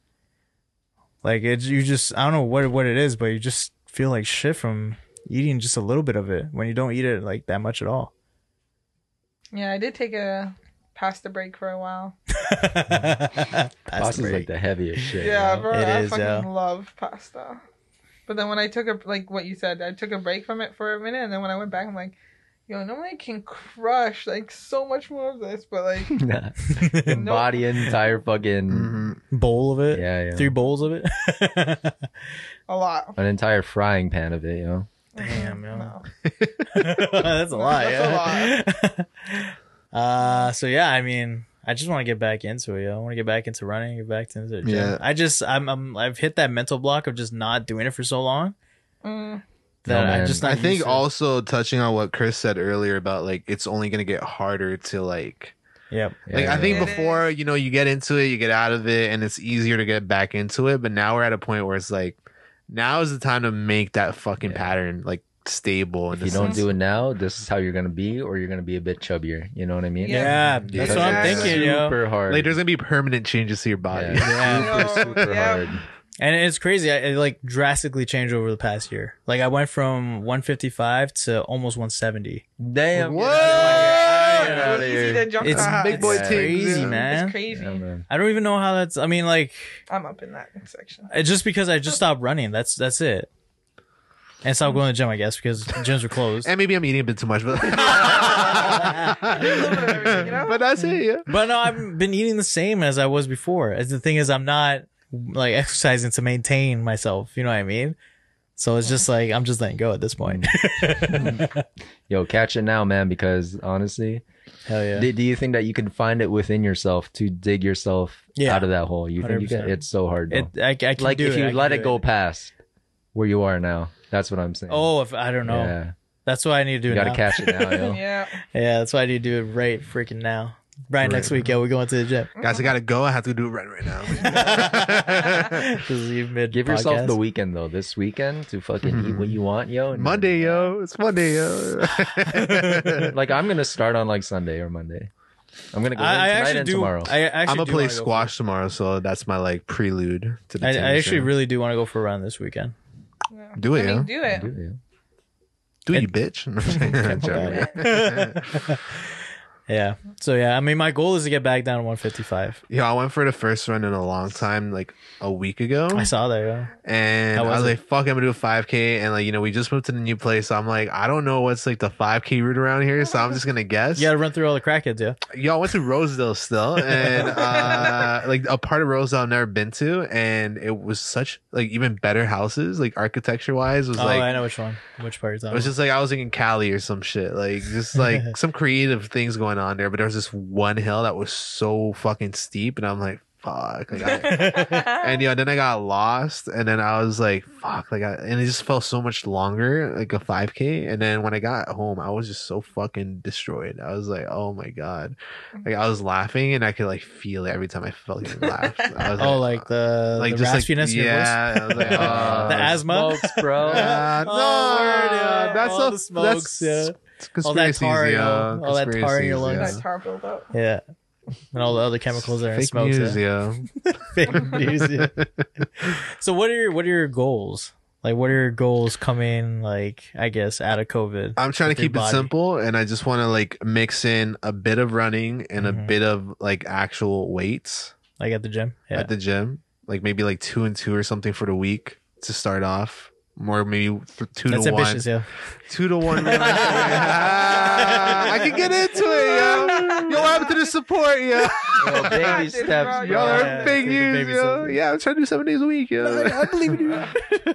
B: like it, you just I don't know what what it is, but you just feel like shit from eating just a little bit of it when you don't eat it like that much at all.
D: Yeah, I did take a pasta break for a while.
B: That's
C: Pasta's
B: great.
C: like the heaviest shit.
D: Yeah,
C: yo.
D: bro,
B: It
D: I
B: is,
D: fucking
B: yeah.
D: love pasta. But then when I took a like what you said, I took a break from it for a minute, and then when I went back, I'm like, yo, normally I can crush like so much more of this, but like
C: Nah. The
D: No.
C: body entire fucking
A: Mhm.
B: bowl of it.
C: yeah, yeah.
B: Mm-hmm. Three bowls of it.
D: a lot.
C: an entire frying pan of it, you know.
B: Damn, yo.
D: No.
B: That's a lot.
D: That's
B: yeah. uh, so yeah, I mean, I just want to get back into it. Yo. I want to get back into running, get back into the gym.
A: Yeah.
B: I just, I'm, I'm, I've hit that mental block of just not doing it for so long
D: Mm,
B: that
C: No,
B: I
C: man.
B: just. Not
A: Oh, I
B: used
A: think
B: to-
A: also touching on what Chris said earlier about like it's only gonna get harder to like
B: Yep.
A: like
C: Yeah.
A: I think
D: It
A: before
D: is.
A: you know you get into it, you get out of it, and it's easier to get back into it. But now we're at a point where it's like now is the time to make that fucking
C: Yeah.
A: pattern like stable. And
C: if you
A: it's-
C: don't do it now, this is how you're gonna be, or you're gonna be a bit chubbier. You know what I mean?
B: Yeah,
A: Yeah.
B: that's
C: Because
B: what I'm
C: it's
A: Exactly.
B: thinking, yo.
C: Super hard.
A: like there's gonna be permanent changes to your body.
C: Yeah.
B: Yeah.
D: Yo,
C: super
D: yeah.
C: hard.
B: And it's crazy. I it, like drastically changed over the past year. Like I went from 155 to almost 170.
C: Damn.
A: What?
C: Get out of
D: It's
C: here.
D: easy to jump
B: It's
D: to.
A: big boy teams,
B: it's crazy,
A: yeah.
B: man.
D: It's crazy.
C: Yeah, man.
B: I don't even know how that's. I mean, like
D: I'm up in that section.
B: It's just because I just stopped running. That's that's it. And stopped going to the gym, I guess, because gyms were closed.
A: And maybe I'm eating a bit too much, but
D: little bit of everything, you know?
A: but that's it.
C: Mm-hmm.
A: Yeah.
B: But no, I've been eating the same as I was before. As the thing is, I'm not like exercising to maintain myself. You know what I mean? So it's just like I'm just letting go at this point.
C: Yo, catch it now, man. Because honestly,
B: Hell yeah.
C: do, do you think that you can find it within yourself to dig yourself
B: Yeah.
C: out of that hole? You think you can?
B: 100%.
C: It's so hard.
B: It,
C: though.
B: I, I can
C: like
B: do
C: if you
B: I can
C: let
B: do
C: it go past where you are now. That's what I'm saying.
B: Oh, if I don't know.
C: Yeah.
B: That's why I need to do
C: You
B: it.
C: gotta
B: now.
C: catch it now, yo.
D: Yeah.
B: Yeah, that's why I need to do it right freaking now. Right,
A: Right.
B: next week, yeah, we're going to the gym.
A: Guys, I gotta go. I have to do a run right now.
B: Just leave mid.
C: Give yourself the
B: podcast. Hmm.
C: weekend though. This weekend to fucking eat what you want, yo. and-
A: Monday, yo. It's Monday, yo.
C: Like I'm gonna start on like Sunday or Monday. I'm gonna go in
B: I, I
C: tonight
B: actually
C: and
B: do.
C: tomorrow.
B: I actually
A: I'm gonna
B: do
A: play
B: wanna go for
A: squash tomorrow, so that's my like prelude to the.
B: I, I
A: tennis
B: actually
A: show.
B: really do want to go for a run this weekend.
D: yeah.
A: Do it,
D: Mm-hmm. I mean,
A: yeah.
D: do it.
C: Do it, yo.
A: do it, you bitch. I'm joking.
B: yeah. So yeah, I mean, my goal is to get back down to 155.
A: Yo, I went for the first run in a long time, like a week ago,
B: I saw that. Yeah.
A: and
B: How
A: I
B: was
A: was
B: it?
A: like, "Fuck, I'm gonna do a 5K." And like, you know, we just moved to the new place, so I'm like, I don't know what's like the 5K route around here, so I'm just gonna guess.
B: You got to run through all the crackheads. Yeah.
A: Yo, I went to Rosedale still, and uh, like a part of Rosedale I've never been to, and it was such like even better houses, like architecture wise, was
B: Oh,
A: like
B: I know which one. Which part you're
A: It
B: talking
A: was just like I was like in Cali or some shit, like just like some creative things going on there. But there was this one hill that was so fucking steep, and I'm like, fuck. Like, I, and yeah, then I got lost, and then I was like, fuck. Like, I, and it just felt so much longer, like a 5K. And then when I got home, I was just so fucking destroyed. I was like, oh my god. Like I was laughing, and I could like feel it every time I fucking laughed. I was
B: about. Oh, like the
A: like
B: the
A: just like
B: raspiness in your voice?
A: yeah. I was like, oh,
B: the asthma.
C: Uh, Smokes, bro.
A: uh, no,
B: Oh, word, yeah.
A: that's
B: All
A: a,
B: the smokes,
A: that's
B: yeah.
A: s-
B: All that
A: conspiracies,
B: tar,
A: yeah.
B: yo. All that tar in your
A: Conspiracies,
B: lungs.
A: yeah.
D: That tar build up.
B: Yeah. And all the other chemicals that are in
A: Fake
B: smokes.
A: news,
B: yeah.
A: yeah.
B: Fake news, yeah. So what are your what are your goals? Like what are your goals coming? Like I guess out of COVID.
A: I'm trying to
B: With your
A: keep it
B: body.
A: simple, and I just want to like mix in a bit of running and a
B: Mhm.
A: bit of like actual weights
B: Like at the gym. Yeah.
A: at the gym, like maybe like two and two or something for the week to start off. More maybe th- two
B: That's
A: to
B: ambitious.
A: one,
B: Yeah.
A: two to one. really. Ah, I can get into it, yo. Yo, what happened to the support, yo?
C: Yo, baby
D: Dude, bro,
C: steps,
A: Y'all
C: bro.
A: are
B: Yeah,
A: fake
B: take the
A: news,
B: baby
A: yo.
B: steps.
A: Yeah, I'm trying to do seven days a week, yo. I believe in you.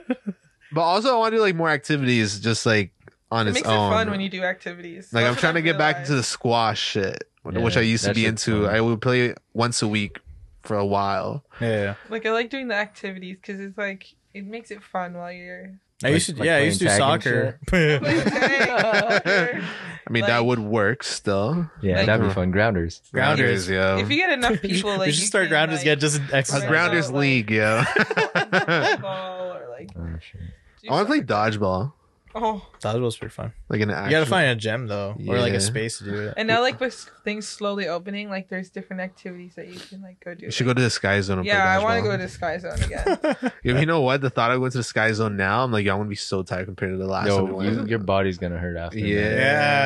A: but also, I want to do like more activities, just like on
D: It
A: its
D: makes
A: own.
D: it fun when you do activities.
A: like, I'm
D: That's
A: trying
D: what
A: to
D: I
A: get back
D: realized.
A: into the squash shit,
C: Yeah,
A: which I used to
C: that
A: be
C: shit's
A: into.
C: fun.
A: I would play once a week for a while.
B: Yeah.
D: Like I like doing the activities because it's like it makes it fun while you're
B: I used to,
C: Like- like
B: yeah, I used to do
C: playing tag
B: soccer.
A: I mean, that
D: Like-
A: would work still.
C: Yeah,
D: Like-
C: that'd be fun. Grounders.
B: Grounders.
A: yo.
D: if you get enough people, like
B: we
D: you
B: should start
D: can,
B: grounders.
D: like,
B: get just an
A: a
B: exercise.
A: grounders
D: like-
A: league, yo. I
D: ball or like.
C: Oh, shit.
D: do
A: want to play
D: something.
A: dodgeball,
D: Oh,
B: That was pretty fun.
A: like an.
B: You gotta find a gym though, or like
A: Yeah.
B: a space to do it.
D: and now like with things slowly opening, like there's different activities that you can like go do.
A: You should go to the Sky Zone. And
D: yeah, I
A: want
D: to go to Sky Zone again.
A: Yeah, you know what? The thought of going to the Sky Zone now, I'm like, yo, I'm gonna be so tired compared to the last. time we
C: Yo,
A: went.
C: you, your body's gonna hurt after. man.
A: Yeah.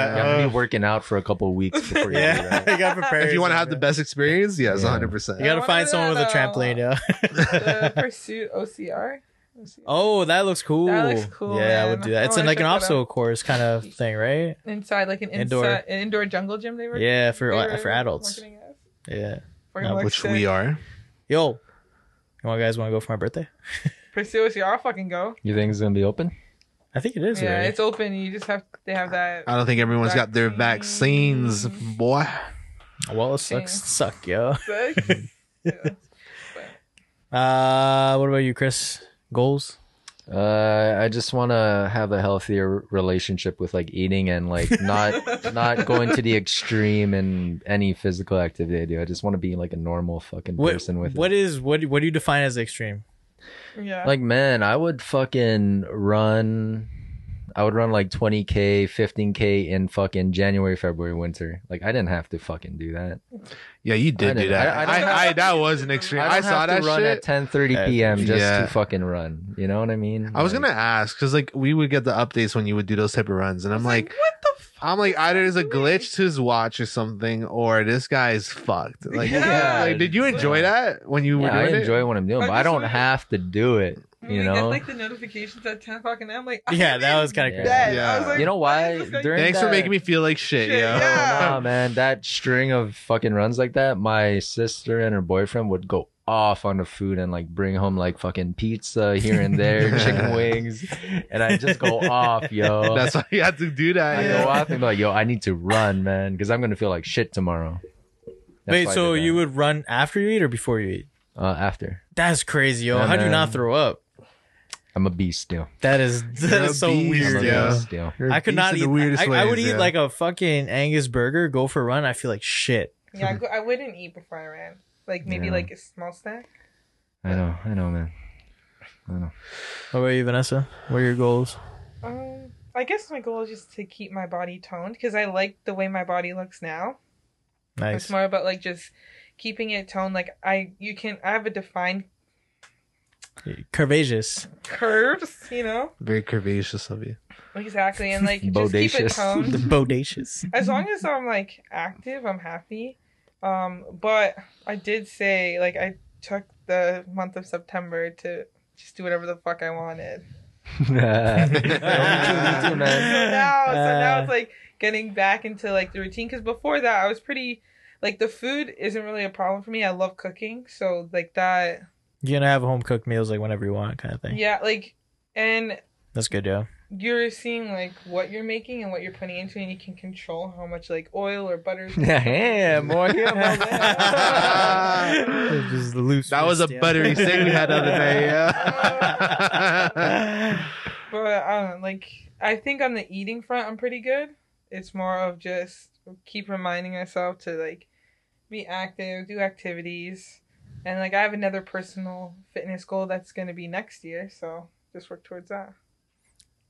C: You gotta
B: yeah.
C: be working out for a couple weeks before you do that.
B: yeah, you gotta prepare.
A: if you want to
B: yourself,
A: have the
B: yeah.
A: best experience, yes,
C: Yeah.
A: 100.
B: You
A: percent
B: gotta
D: I
B: find
D: wanna
B: someone with a
D: know.
B: trampoline, yeah.
D: the Pursuit OCR. OCR.
B: oh, that looks cool.
D: That looks cool,
B: Yeah, I would
D: man.
B: do that. It's
D: I
B: in
D: wanna
B: like an
D: check that out.
B: obstacle course kind of thing, right?
A: Oh.
D: Inside, like an
B: Indoor.
D: indoor, an indoor jungle gym. They were
B: Yeah, for-
D: they
B: uh,
D: were
B: for adults.
D: marketing as.
B: Yeah.
D: We're
B: Uh,
D: gonna look
A: Which
D: sick.
A: we are.
B: Yo, you want guys want to go for my birthday?
D: Pursue OCR. I'll fucking go.
C: You think it's gonna be open?
B: I think it is.
D: yeah,
B: already.
D: it's open. You just have they have that.
A: I don't think everyone's got their
D: Vaccines.
A: vaccines, boy.
B: well, it sucks.
D: Yeah.
B: Suck, yo.
D: yeah.
B: Uh, what about you, Chris? Goals?
C: Uh, I just want to have a healthier relationship with like eating and like not not going to the extreme in any physical activity I do. I just want to be like a normal fucking
B: What?
C: person with
B: what
C: it.
B: is what? What do you define as extreme?
D: yeah.
C: like man, I would fucking run. I would run like 20k, 15k in fucking January, February, winter. Like I didn't have to fucking do that.
A: Yeah, you
C: I
A: did do
C: didn't-
A: that.
C: I-
A: I,
C: I
A: I,
D: don't-
A: that was an extreme.
C: don't
A: I, saw
C: have to
A: that
C: run
A: shit.
C: at 10:30
B: Uh,
C: p.m. just
A: yeah.
C: to fucking run. You know what I mean?
A: I was
C: Like,
A: gonna ask because like we would get the updates when you would do those type of runs, and I'm like,
D: what the fuck?
A: I'm like,
D: is
A: either
D: that
A: there's a
D: doing?
A: glitch to his watch or something, or this guy's fucked. Like,
D: Yeah.
A: like, did you enjoy that when you
C: Yeah,
A: were
C: I
A: doing
C: enjoy
A: it?
C: what I'm doing,
D: I
C: but I
D: just
C: don't
D: wanna-
C: have to do it.
D: When
C: You
D: we
C: know,
D: Get, like the notifications at 10 o'clock, and I'm like,
B: Yeah, that was kinda
C: crazy.
A: Yeah.
C: You know why? During-
A: Thanks for
C: that-
A: making me feel like shit,
D: Shit,
A: yo.
D: yeah.
C: Oh, nah, man, that string of fucking runs like that, my sister and her boyfriend would go off on the food and like bring home like fucking pizza here and there, chicken wings, and I just go off, yo.
A: That's why you had to do that.
C: I
A: yo.
C: go off and be like, yo, I need to run, man, because I'm gonna feel like shit tomorrow. That's
B: Wait,
C: why I
B: so
C: did that.
B: you would run after you eat or before you eat?
C: uh, after
B: That's crazy, yo.
C: Yeah,
B: How do you
C: man.
B: not throw up?
C: I'm a beast, yo.
B: That is that
A: You're
B: is
A: a
B: so
A: beast,
C: I'm a
B: weird, yo.
C: beast, yo.
A: You're
B: I could not
A: beast
B: eat.
A: in the weirdest
B: I, I would
A: ways,
B: eat
A: yo.
B: like a fucking Angus burger, go for a run. I feel like shit.
D: Yeah, I go- I wouldn't eat before I ran. Like maybe
C: Yeah.
D: like a small snack.
C: I know, I know, man.
B: What about you, Vanessa? What are your goals?
D: Um, I guess my goal is just to keep my body toned because I like the way my body looks now. It's
B: Nice.
D: more about like just keeping it toned. Like I, you can, I have a defined
B: Curvaceous.
D: curves, you know,
A: very curvaceous of you.
D: exactly, and like just keep it
C: Bodacious.
D: toned.
B: Bodacious.
D: as long as I'm like active, I'm happy. Um, but I did say like I took the month of September to just do whatever the fuck I wanted.
C: Me
D: so
C: too, man.
D: now, so now
B: Uh.
D: it's like getting back into like the routine. Because before that, I was pretty like the food isn't really a problem for me. I love cooking, so like that.
B: You're gonna have home cooked meals like whenever you want, kind of thing.
D: Yeah, like and
B: That's good, yo.
D: you're seeing like what you're making and what you're putting into, it, and you can control how much like oil or butter.
C: yeah, boy.
B: Just loose
A: That was a
B: wrist, yo.
A: buttery steak we had the other day. Yeah.
D: But I don't know, like I think on the eating front, I'm pretty good. It's more of just keep reminding myself to like be active, do activities, and like I have another personal fitness goal that's gonna be next year, so just work towards that.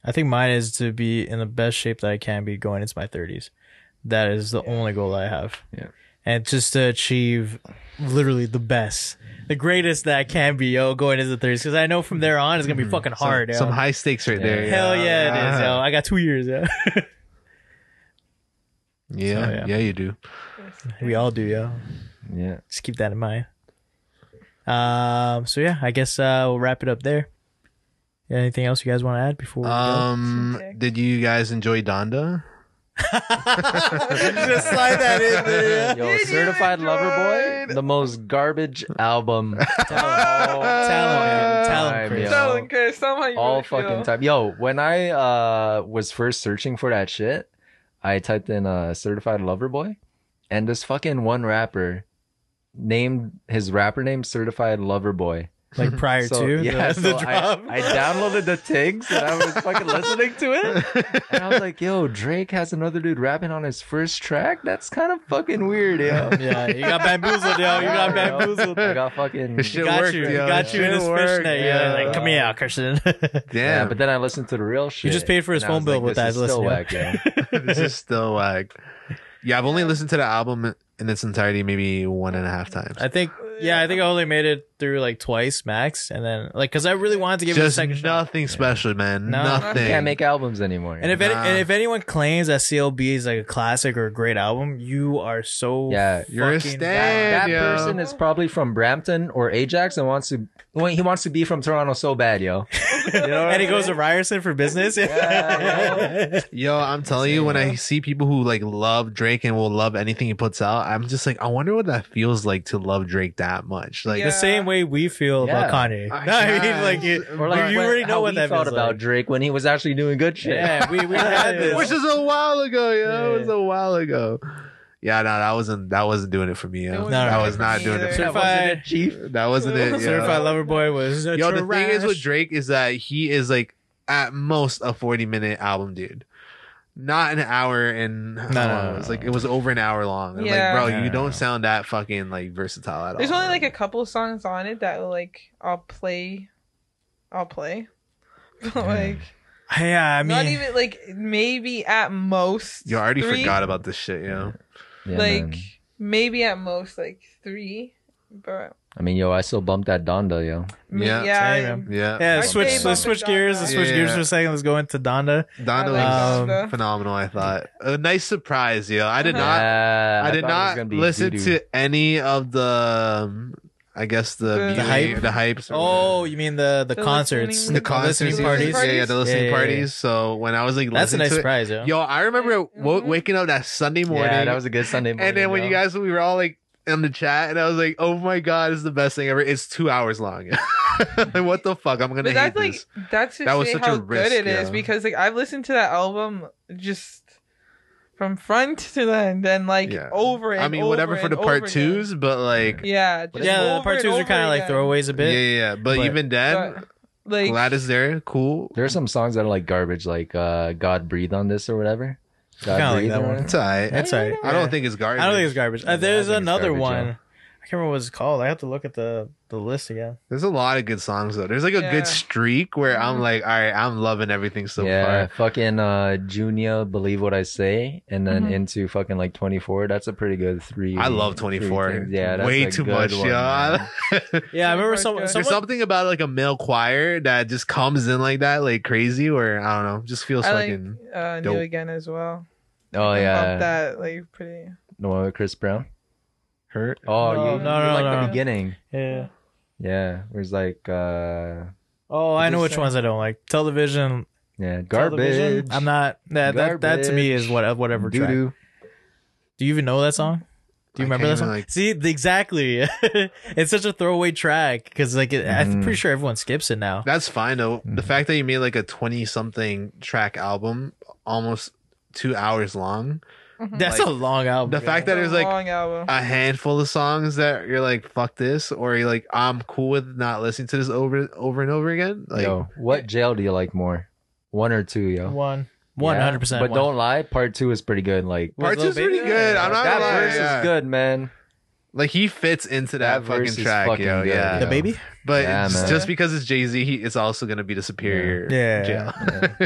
B: I think mine is to be in the best shape that I can be going into my 30s. That is the only goal I have.
C: Yeah.
B: And just to achieve literally the best, the greatest that I can be, yo, going into the 30s. Because I know from there on it's going to be fucking hard,
A: Hmm. Mm-hmm. Some,
B: yo.
A: some high stakes right
C: Yeah.
A: there. Uh-huh.
B: Hell yeah, it is, yo. I got two years, yo.
A: Yeah,
B: Oh, yeah.
A: yeah, you do.
B: we all do, yo.
C: yeah.
B: Just keep that in mind. Um. So, yeah, I guess uh, we'll wrap it up there. Anything else you guys want to add before we
A: Um,
D: Okay.
A: did you guys enjoy Donda?
B: go? Just slide that in there.
C: Yo,
D: Did you
C: Certified Lover Boy,
D: enjoy-
C: the most garbage album.
B: Tell him, tell
C: Time,
B: him, Chris.
C: yo.
D: Tell them, Chris, tell them how you
C: all
D: really feel.
C: fucking time. Yo, when I uh was first searching for that shit, I typed in uh, certified lover boy, and this fucking one rapper named his rapper name certified lover boy,
B: like prior
C: So,
B: to
C: yeah,
B: the, the
C: so
B: drop.
C: I, I downloaded the Tiggs and I was fucking listening to it. And I was like, yo, Drake has another dude rapping on his first track? That's kind of fucking weird, yo.
B: yeah, you got bamboozled, yo. Oh, You got
C: Yeah, yo.
B: bamboozled.
C: I got fucking.
A: It shit
B: got
A: worked,
B: you.
A: yo.
B: got you in
A: Shit
B: his
A: worked,
B: fishnet. Yeah, like come here, Christian.
C: Yeah,
A: Damn,
C: but then I listened to the real shit.
B: just paid for his
C: and I
B: phone
C: was
B: bill
C: like,
B: with
C: this
B: that,
C: is Still
B: listen,
C: whack,
B: yo.
C: yo.
A: this is still like, yeah. I've only listened to the album in its entirety maybe one and a half times.
B: I think yeah, I think I only made it through like twice max, and then like because I really wanted to give it a
A: Just
B: second shot.
A: nothing special, man.
B: No.
A: Nothing.
C: Can't make albums anymore.
B: And
C: yo.
B: if any,
A: Nah.
B: and if anyone claims that CLB is like a classic or a great album, you are so
C: Yeah,
A: You're a
B: fucking
A: stan,
B: bad.
C: that
A: yo.
C: person is probably from Brampton or Ajax and wants to. Well, he wants to be from Toronto so bad, yo. You know what
B: And he
C: I
B: goes to
C: mean?
B: Ryerson for business.
C: Yeah,
A: Yo, I'm telling you, when I see people who like love Drake and will love anything he puts out, I'm just like, I wonder what that feels like to love Drake that much. Like,
B: The
D: Yeah.
B: same way we feel about
C: Yeah.
B: Kanye.
A: I
B: I mean,
A: guess.
B: like you,
C: Or like
B: you
C: when-
B: already know
C: how
B: what
C: we
B: that
C: felt
B: feels
C: about
B: like.
C: Drake when he was actually doing good shit.
B: Yeah, we we had this.
A: which is a while ago, yo. It was
B: Yeah.
A: a while ago. Yeah, no, that wasn't that wasn't doing it for me. Yo.
D: It wasn't
A: that
B: doing it
A: was
D: for
A: not
D: me
A: doing it. For me.
D: either.
B: certified
C: Chief.
A: That wasn't it. Yo.
B: certified lover boy was a
A: Yo, the thing is
B: trash.
A: with Drake is that he is like at most a 40 minute album, dude. Not an hour and no,
B: no,
A: no,
B: no,
A: it was
B: no.
A: like it was over an hour long. I'm
D: Yeah.
A: like, bro,
B: Yeah,
A: you
B: no.
A: don't sound that fucking like versatile at all.
D: There's only like a couple songs on it that like I'll play, I'll play, but like
B: yeah, I mean,
D: not even like maybe at most.
A: you already
D: three,
A: forgot about this shit, you know.
C: Yeah,
D: like
C: man.
D: maybe at most like three, but
C: I mean, yo, I still bumped that Donda, yo.
D: me-
A: Yeah,
D: yeah,
B: same,
D: I-
B: man.
A: Yeah.
B: yeah.
D: I'd
B: Switch,
D: say
B: let's
D: Bump It
B: switch
D: Donda.
B: gears. Let's switch
A: Yeah.
B: gears for a second. Let's go into Donda.
A: Donna
B: like
A: was
B: Um,
D: Donda.
A: phenomenal, I thought. A nice surprise, yo. I did not
C: Yeah,
A: I did
C: thought it was
A: not
C: gonna be
A: listen
C: doo-doo.
A: to any of the um, I guess the
D: The- The
A: viewing-
B: hype?
A: the hypes or
B: Oh, you mean the the,
D: The
B: concerts,
D: listening-
A: the
D: The
A: concerts,
B: listening
A: yeah,
B: parties?
A: yeah, yeah, the
B: Yeah,
A: listening
B: yeah, yeah.
A: parties. So when I was like,
B: That's a
A: listening
B: nice
A: to it-
B: surprise, yo.
A: Yo, I remember w-
D: Mhm.
A: waking up that Sunday morning,
C: Yeah, that was a good Sunday morning.
A: and then when you
C: yo.
A: guys we were all like in the chat, and I was like, "Oh my god, it's the best thing ever!" It's two hours long. Like, what the fuck? I'm gonna
D: But
A: hate
D: that's like
A: this.
D: that's to
A: That was
D: say
A: such a
D: how
A: risk,
D: good it is
A: yeah.
D: because like I've listened to that album just from front to the end and like
A: Yeah.
D: over it.
A: I mean, whatever for the part twos, but like, yeah,
D: Yeah, just
B: yeah, the
D: over
B: part
D: and
B: twos are
D: over
B: kind of like
D: again.
B: throwaways a
A: yeah,
B: bit.
A: yeah. But,
B: But-
A: even then,
D: But, like
A: glad is there. Cool.
C: There's some songs that are like garbage, like uh, "God Breathe on This" or whatever.
B: kinda like
C: God Breathe
B: that
C: or
B: one.
A: It's alright.
B: That's all right.
A: I don't think it's garbage.
B: I don't think it's garbage.
C: Yeah,
B: Uh,
C: I
B: there's
C: think it's
B: another
C: garbage,
B: one.
C: yeah.
B: I can't remember what it's called. I have to look at the the list again.
A: There's a lot of good songs though. There's like a
D: Yeah.
A: good streak where I'm
D: Mhm.
A: like, all right, I'm loving everything so
C: yeah,
A: far.
C: fucking uh, Junior, believe what I say, and then
B: Mm-hmm.
D: Mhm.
C: into fucking like 24. That's a pretty good three.
A: I love
C: three
A: 24.
C: things. yeah, that's
A: way
C: a
A: too
C: good
A: much,
C: one,
A: yeah.
C: man.
B: Yeah, I remember
D: Pretty
B: someone.
D: much
A: There's
B: someone
A: something about like a male choir that just comes in like that, like crazy, or I don't know, just feels
D: I like
A: fucking.
D: uh,
A: dope.
D: new again as well.
C: Oh
D: I
C: yeah,
D: bumped that like pretty.
C: the one with Chris Brown.
A: Hurt.
C: Oh,
B: No,
C: you,
B: no,
C: you
B: no,
C: like
B: no.
C: the beginning.
B: yeah.
C: Yeah, where's like uh,
B: Oh, I
C: What'd
B: know
C: you
B: which
C: say?
B: ones I don't like. Television,
C: yeah,
B: Television.
C: garbage.
B: I'm not that, that. That to me is what whatever track.
C: Doo-doo.
B: Do you even know that song? Do
A: I
B: you remember that
A: can't even,
B: song?
A: like-
B: See, the, exactly. it's such a throwaway track because, like, it, I'm
C: Mm.
B: pretty sure everyone skips it now.
A: That's fine though.
C: Mm-hmm.
A: The fact that you made like a twenty-something track album, almost two hours long.
B: That's
A: Like,
B: a long album.
A: The
B: yo.
A: fact that there's
D: It's a
A: like
D: long album.
A: a handful of songs that you're like, "Fuck this," or you're like, "I'm cool with not listening to this over, over and over again." Like,
C: yo, what jail do you like more? One or two, yo?
B: one, one
C: Yeah,
B: hundred percent.
C: But don't lie, part two is pretty good. Like
B: With
A: part
B: Lil
A: two's pretty
B: Baby?
A: good. I'm not
C: that
A: gonna lie.
C: verse
A: yeah.
C: is good, man.
A: Like he fits into that,
C: That verse
A: fucking
C: is
A: track,
C: fucking
A: yo.
C: good,
A: yeah.
B: the
C: yo.
B: baby.
A: But
C: Yeah,
A: it's-
C: man.
A: just because it's Jay Z, he it's also gonna be the superior
B: Yeah.
A: jail.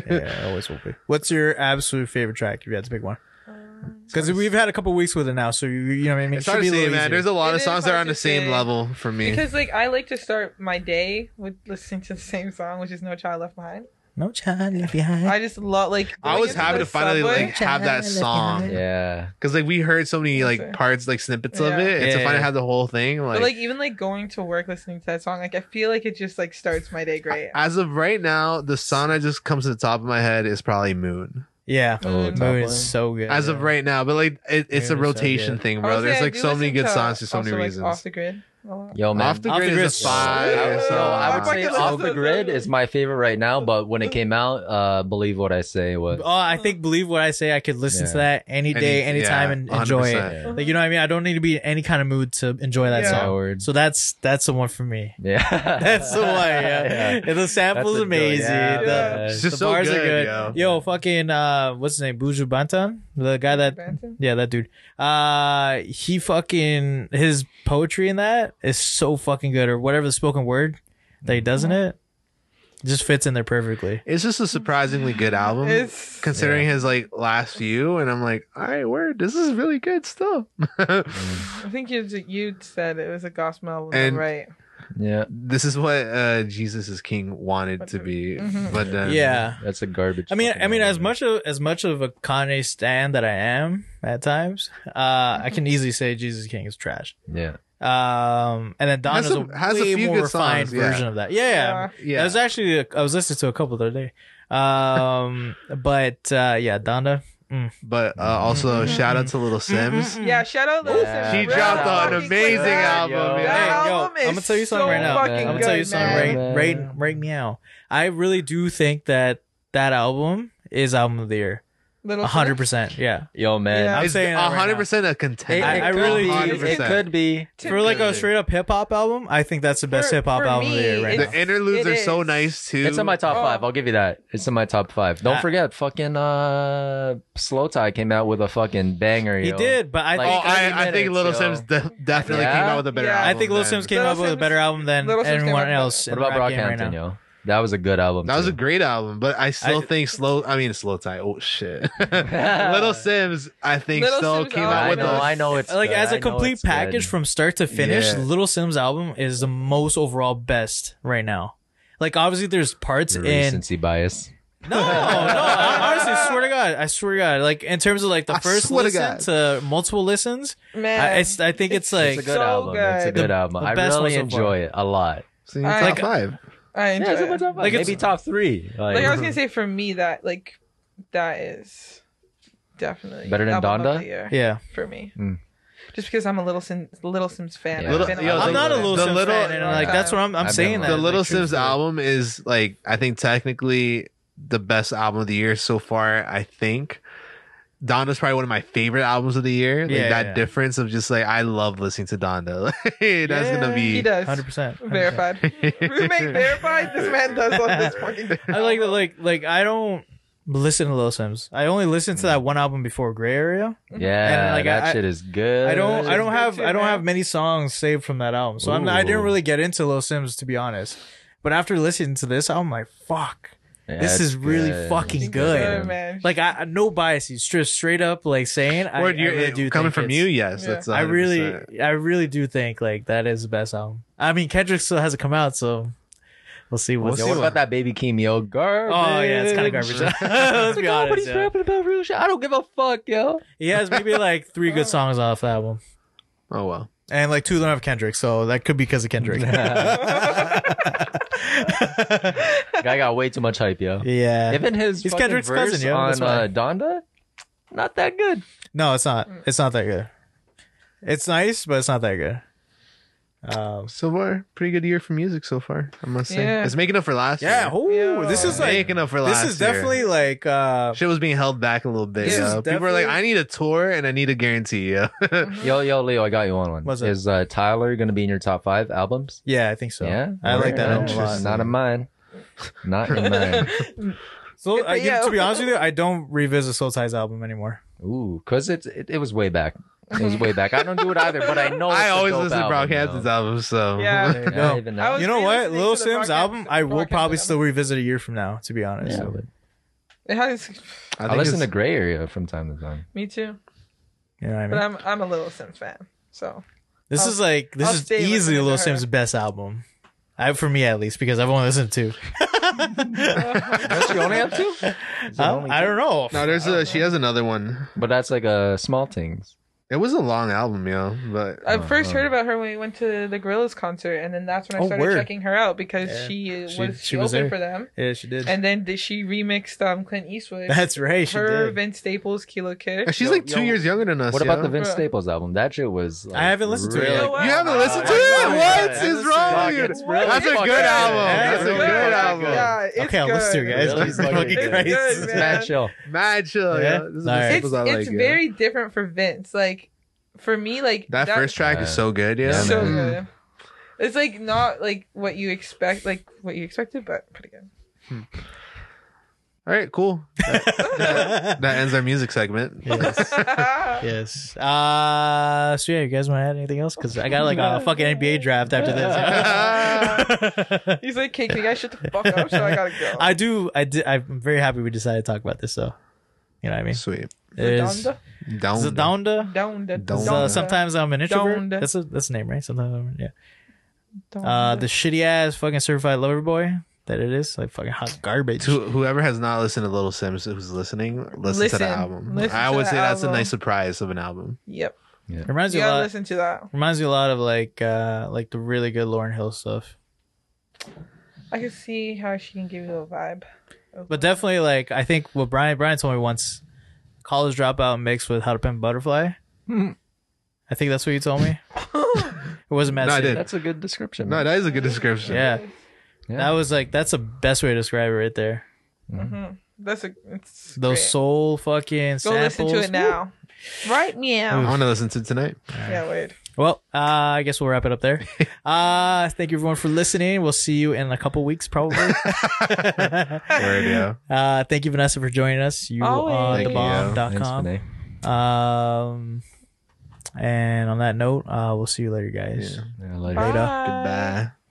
B: yeah, I always will be. What's your absolute favorite track if you had to pick one?
D: Uh,
B: Because we've had a couple weeks with it now, so you, you know what I mean. It
A: It's
B: should
A: hard
B: be
A: to
B: a
A: say,
B: little
A: man.
B: easier.
A: There's a lot of
D: It is
A: songs that are
D: hard
A: on
D: to
A: the same
D: say.
A: level for me.
D: Because like I like to start my day with listening to the same song, which is "No Child Left Behind."
B: no child left behind.
D: I just love like.
A: I was happy to finally
D: subway.
A: like have that song
C: Yeah.
A: because like we heard so many
D: Okay.
A: like parts, like snippets of it,
D: Yeah.
A: and
B: Yeah,
A: to
B: yeah,
A: finally
B: yeah.
A: have the whole thing. Like,
D: But like even like going to work listening to that song, like I feel like it just like starts my day great.
A: as of right now, the song that just comes to the top of my head is probably Moon.
B: yeah,
C: Oh,
D: Mm.
C: top
B: Moon
C: one.
B: is so good.
A: As of
B: yeah.
A: right now, but like it, it's a
B: Moon is so
A: rotation
B: good.
A: thing,
D: I
A: bro.
D: would say
A: There's
D: I
A: like
D: do
A: so many
D: listen
A: good
D: to
A: songs for so many
D: also, like,
A: reasons.
D: off the grid. a lot.
C: Yo, man.
A: Off the
B: Off the
A: grid
B: grid
A: is a five.
D: sucks.
A: so
D: Yeah,
C: I would
A: high.
C: say
D: Fucking
C: Off
D: listen
C: the
D: to
C: Grid
D: them.
C: is my favorite right now, but when it came out, uh, believe what I say was.
B: Oh, I think believe what I say. I could listen to
C: Yeah.
B: that any day,
A: Any-
B: anytime,
A: yeah,
B: and enjoy it.
A: 100%.
D: Uh-huh.
B: Like you know what I mean? I don't need to be in any kind of mood to enjoy that
D: Yeah.
B: song.
C: Howard.
B: So that's that's the one for me.
C: yeah.
B: That's the one. Yeah, And the sample's
C: That's a good-
B: amazing.
C: yeah,
B: the,
D: Yeah.
A: It's
B: the
A: just so
B: bars
A: good,
B: are good.
A: yo.
B: fucking uh, what's his name? Buju Bantan, the guy that.
D: Bantam?
B: Yeah, that dude. Uh, he fucking his poetry in that is so fucking good, or whatever the spoken word that he does in it, just fits in there perfectly.
A: It's just a surprisingly good album.
D: It's-
A: considering his like last few, and I'm like, all right, word, this is really good stuff.
C: Mm,
D: I think you you said it was a gospel album,
A: And-
D: right?
C: Yeah.
A: this is what uh, Jesus is King wanted to be,
D: Mhm.
A: but then
B: Yeah.
C: That's a garbage.
B: I mean,
C: fucking
B: I mean, as
C: album.
B: much of as much of a Kanye stan that I am at times, uh, I can easily say Jesus King is trash.
C: Yeah.
B: Um, and then Don
A: Has
B: is
A: some-
B: a
A: has a
B: way
A: few
B: more
A: good
B: refined
A: songs, yeah.
B: version of that. Yeah, yeah.
A: yeah,
B: I was actually I was listening to a couple the other day. Um, but uh, yeah, Donda.
A: but uh, also
D: Mhm.
A: shout out to Little Sims.
D: Mm-hmm. Yeah, shout out Lil
C: Yeah.
D: Sims.
A: She
D: Real
A: dropped an
D: fucking
A: amazing
D: quick.
A: album,
C: Yo.
A: man.
D: That
B: Hey, yo,
D: album is
B: I'm gonna tell you something
D: so
B: right now.
D: fucking
B: I'm gonna tell you
D: good,
B: something
D: man.
B: right, right, right meow. I really do think that that album is album of the year.
D: Little
B: hundred
D: Sims.
B: percent. Yeah.
C: Yo, man.
D: Yeah.
B: I'm
A: It's
B: saying that right
A: 100 percent a contender.
B: I- I really-
C: It
A: 100%.
C: could be.
B: For like a
A: Good.
B: straight up hip hop album, I think that's the best
D: For-
B: hip hop
D: for
B: album of the
D: me,
B: year right
D: it's-
B: now.
A: The interludes
D: It
A: are so
D: is.
A: nice too.
C: It's in my top
D: Oh.
C: five. I'll give you that. It's in my top five. Don't
B: I-
C: forget, fucking uh, Slow Tie came out with a fucking banger.
B: He
C: yo.
B: did, but I
A: Oh,
C: Like,
B: think
A: I,
C: 30
A: I think
C: minutes,
A: Little
C: yo.
A: Sims de- definitely
C: Yeah?
A: came out with a better
D: Yeah.
A: album.
B: I think Little
A: than-
B: Sims came
D: Little
B: out with a
D: Sims-
B: better album than
D: Little Sims came
B: anyone
D: out better.
B: else. in
C: What about
B: rap game
C: Brockhampton,
B: right now.
C: yo? That was a good album.
A: That was
C: too.
A: a great album, but I still
B: I-
A: think slow. I mean, slow tie. Oh shit, Little Sims. I think
D: Little
A: still
D: Sims
A: came
D: album
A: out
C: Uh, I
A: with
D: is-
C: know,
A: a-
C: I know it's
B: Like
C: good.
B: as
C: I
B: a
C: know
B: complete
C: it's good.
B: package from start to finish,
A: Yeah.
B: Little Sims album is the most overall best right now. Like obviously there's parts
C: The
B: in
C: recency bias.
B: No, no, I- honestly, swear to God, I swear to God. Like in terms of like the
A: I
B: first
A: swear to
B: listen to, multiple listens,
D: Man,
B: I, it's I think it's, like
C: It's a good
D: so
C: album. It's a
D: good.
C: good
B: The-
C: album.
B: the
C: I
B: best one
C: really
B: so far.
C: enjoy it a lot.
A: So you're
D: I-
A: top
B: Like-
A: five.
D: I enjoy it.
B: Like, it's-
C: maybe top three. Like,
D: Like I was gonna say, for me, that like that is definitely
C: Better than
D: album of
C: Donda?
D: the year
B: yeah.
D: for me.
C: Mm.
D: Just because I'm a Little Sims, Little Sims fan.
C: Yeah.
D: I've
C: Little-
D: been a
C: yo,
B: I'm
C: the-
B: not a
A: the
B: Little Sims
A: Little-
B: fan, and like that's what I'm, I'm
C: I've
B: saying.
C: been
B: That
C: like-
A: the
B: like,
A: Little
B: truthfully.
A: Sims album is like I think technically the best album of the year so far. I think Donda's probably one of my favorite albums of the year. Like
B: Yeah,
A: that
B: yeah.
A: difference of just like I love listening to Donda. Like, that's gonna
B: Yeah.
A: be
D: He does.
B: Hundred percent
D: Verified. Roommate verified. This man does love this fucking.
B: I like that. Like like I don't listen to Little Sims. I only listened to that one album before Gray Area.
C: yeah,
B: And, like,
C: that
B: I-
C: shit is good.
B: I don't I don't
D: good
B: have
D: too,
B: I don't
D: man.
B: have many songs saved from that album, so I'm, I didn't
C: Ooh.
B: really get into Little Sims to be honest. But after listening to this, I'm like, fuck.
C: Yeah,
B: This
C: it's
B: is really
C: good.
B: fucking
C: It's
B: good.
D: man.
B: Like I I- no biases, just straight up like saying. I, I
A: Word, you're,
B: really do
A: coming
B: think
A: from
B: it's-
A: you, yes. That's
B: I really,
A: 100%.
B: I really do think like that is the best album. I mean, Kendrick still hasn't come out, so we'll see what's.
C: Yo, what about that baby Kimio garbage?
B: Oh yeah, it's kind of garbage. Let's be honest.
C: Nobody's
B: Yeah.
C: rapping about real shit. I don't give a fuck, yo.
B: He has maybe like three good songs off the album,
A: Oh well.
B: and like two of them have Kendrick, so that could be because of Kendrick.
C: Guy got way too much hype, yo.
B: yeah.
C: Even his
B: He's
C: fucking
B: Kendrick's
C: verse
B: cousin, yo, that's
C: on
B: why.
C: uh, Donda, not that good.
B: No, it's not.
D: Mm.
B: It's not that good. It's nice, but it's not that good. Um,
A: So far, pretty good year for music so far. I must say,
D: Yeah.
A: it's making up for last year.
B: yeah. Ooh, this is like
A: making up for last.
B: this is
A: year.
B: definitely like uh,
A: Shit was being held back a little bit.
B: This
A: yo.
B: is
A: People are like,
B: definitely-
A: I need a tour and I need a guarantee. Yeah.
C: Yo, yo, Leo, I got you on one.
B: What's up?
C: is uh, Tyler gonna be in your top five albums?
B: yeah, I think so.
C: yeah,
B: I like that album a lot.
C: Not in mine. Not in mine.
B: So
D: Good
B: I,
D: for
B: give- to
D: you.
B: be honest with you, I don't revisit Soul Tie's album anymore.
C: Ooh, cause it's it, it was way back. It was way back. I don't do it either, but I know. It's
A: I
C: a
A: always
C: dope
A: listen to
C: album,
A: Brockhampton's
C: though.
A: album, so
D: Yeah.
B: There you go.
C: I even
D: I
C: know.
D: was
B: You know what?
D: re-listening
B: Lil
D: to the
B: Sims
D: Brockhampton-
B: album, I will
D: Brockhampton
B: probably
D: album.
B: still revisit a year from now, to be honest.
C: Yeah.
D: It has,
A: I,
C: I,
A: think
C: listen to
A: it's-
C: Gray Area from time to time.
D: me too,
B: You know what I
D: but
B: mean?
D: I'm I'm a Little Sims fan, so
B: This
D: I'll-
B: is like this
D: I'll
B: is
D: stay listening
B: easily
D: to
B: Lil
D: her.
B: Sims' best album. I, for me at least, because I've only listened to.
C: Don't you only have two? Is it
B: Huh?
C: only
B: I
C: two?
B: don't know.
A: No, there's a. She has another one.
C: But that's like a small things.
A: It was a long album, yo. But
D: I
C: Oh,
D: first
C: oh.
D: heard about her when we went to the Gorillas concert, and then that's when I
B: Oh,
D: started
B: word.
D: checking her out because
B: Yeah.
D: she, uh
B: She-
D: was
B: she
D: she
B: was
D: opened
B: there.
D: for them,
B: Yeah, she did.
D: and then did she remixed um Clint Eastwood,
B: That's right. She
D: her
B: did.
D: Vince Staples, Kilo Kid.
A: she's
C: Yo,
A: like two
C: yo,
A: years younger than us.
C: What about
A: yo.
C: the Vince
D: Bruh.
C: Staples album? That shit was. Like,
B: I haven't listened to it
C: really-
B: yet.
A: You haven't
D: Wow.
A: listened to
D: Oh,
A: it?
D: yeah.
A: What
B: Yeah,
A: is
B: it's
A: wrong
B: fucking-
A: with
B: it's
A: you?
B: really
A: That's a
C: fucking-
A: good album.
B: Yeah,
A: That's a
B: really
A: good
B: fucking
A: album.
B: good.
D: Yeah, it's
B: okay, I'll
D: good.
B: listen to it, guys.
C: Really fucking
B: Fucking
D: good.
B: Christ.
D: It's good,
C: It's
D: man.
C: mad chill.
A: Mad chill,
B: Yeah?
A: yeah. This is the
B: Alright.
D: It's,
A: staples I
D: it's
A: like, yeah.
D: very different for Vince. Like for me, like
A: That first track is
C: Yeah.
A: so good, yeah.
C: Yeah,
D: so
C: man.
D: good. It's like not like what you expect, like what you expected, but pretty good.
A: All right, cool. That ends our music segment.
B: yes. Yes. Uh, so yeah, you guys want to add anything else? Because I got like a fucking NBA draft after this.
D: He's like, "Okay, can you guys shut the fuck up?" So I gotta go.
B: I do. I did. I'm very happy we decided to talk about this. though. you know what I mean.
A: Sweet.
B: Is
D: Donda?
A: Down.
B: Zadonda?
D: Donda.
A: Donda.
B: Is, uh, sometimes I'm an introvert.
D: Donda.
B: That's a, that's the name, right? Sometimes I'm, yeah. Uh,
D: Donda.
B: the shitty ass fucking certified lover boy that it is, like fucking hot garbage.
A: To whoever has not listened to Little Sims who's listening, listen, to
D: Listen.
A: the album.
D: Listen
A: I
D: to
A: would
D: the
A: say that's a
D: album.
A: nice surprise of an album.
D: Yep.
B: Reminds
D: You
B: me a
D: gotta
B: lot.
D: listen to that.
B: Reminds me a lot of like uh like the really good Lauren Hill stuff.
D: I can see how she can give you a vibe. Oh.
B: But definitely like I think what Brian Brian told me once, college dropout mixed with How to Pimp a Butterfly.
D: Hmm.
B: I think that's what you told me. it wasn't Matt.
A: No, I
B: City.
A: didn't.
C: That's a good description.
A: No,
C: man.
A: that is a good description.
B: Yeah.
C: Yeah.
B: That was like that's the best way to describe it right there.
D: Mhm. That's a. It's
B: Those
D: great.
B: soul fucking
D: Go
B: samples.
D: listen to it now. Right
A: I
D: meow.
A: want to listen to it tonight.
D: Yeah, wait.
B: Well, uh, I guess we'll wrap it up there. uh, thank you everyone for listening. We'll see you in a couple weeks probably.
A: Word, yeah.
B: uh, thank you Vanessa for joining us. You
D: Always.
B: on
C: Thanks,
B: thebomb.com.
C: Vinay.
B: Um, and on that note, uh, we'll see you later, guys.
A: Yeah.
C: Yeah, later.
D: Bye.
B: Later.
A: Goodbye.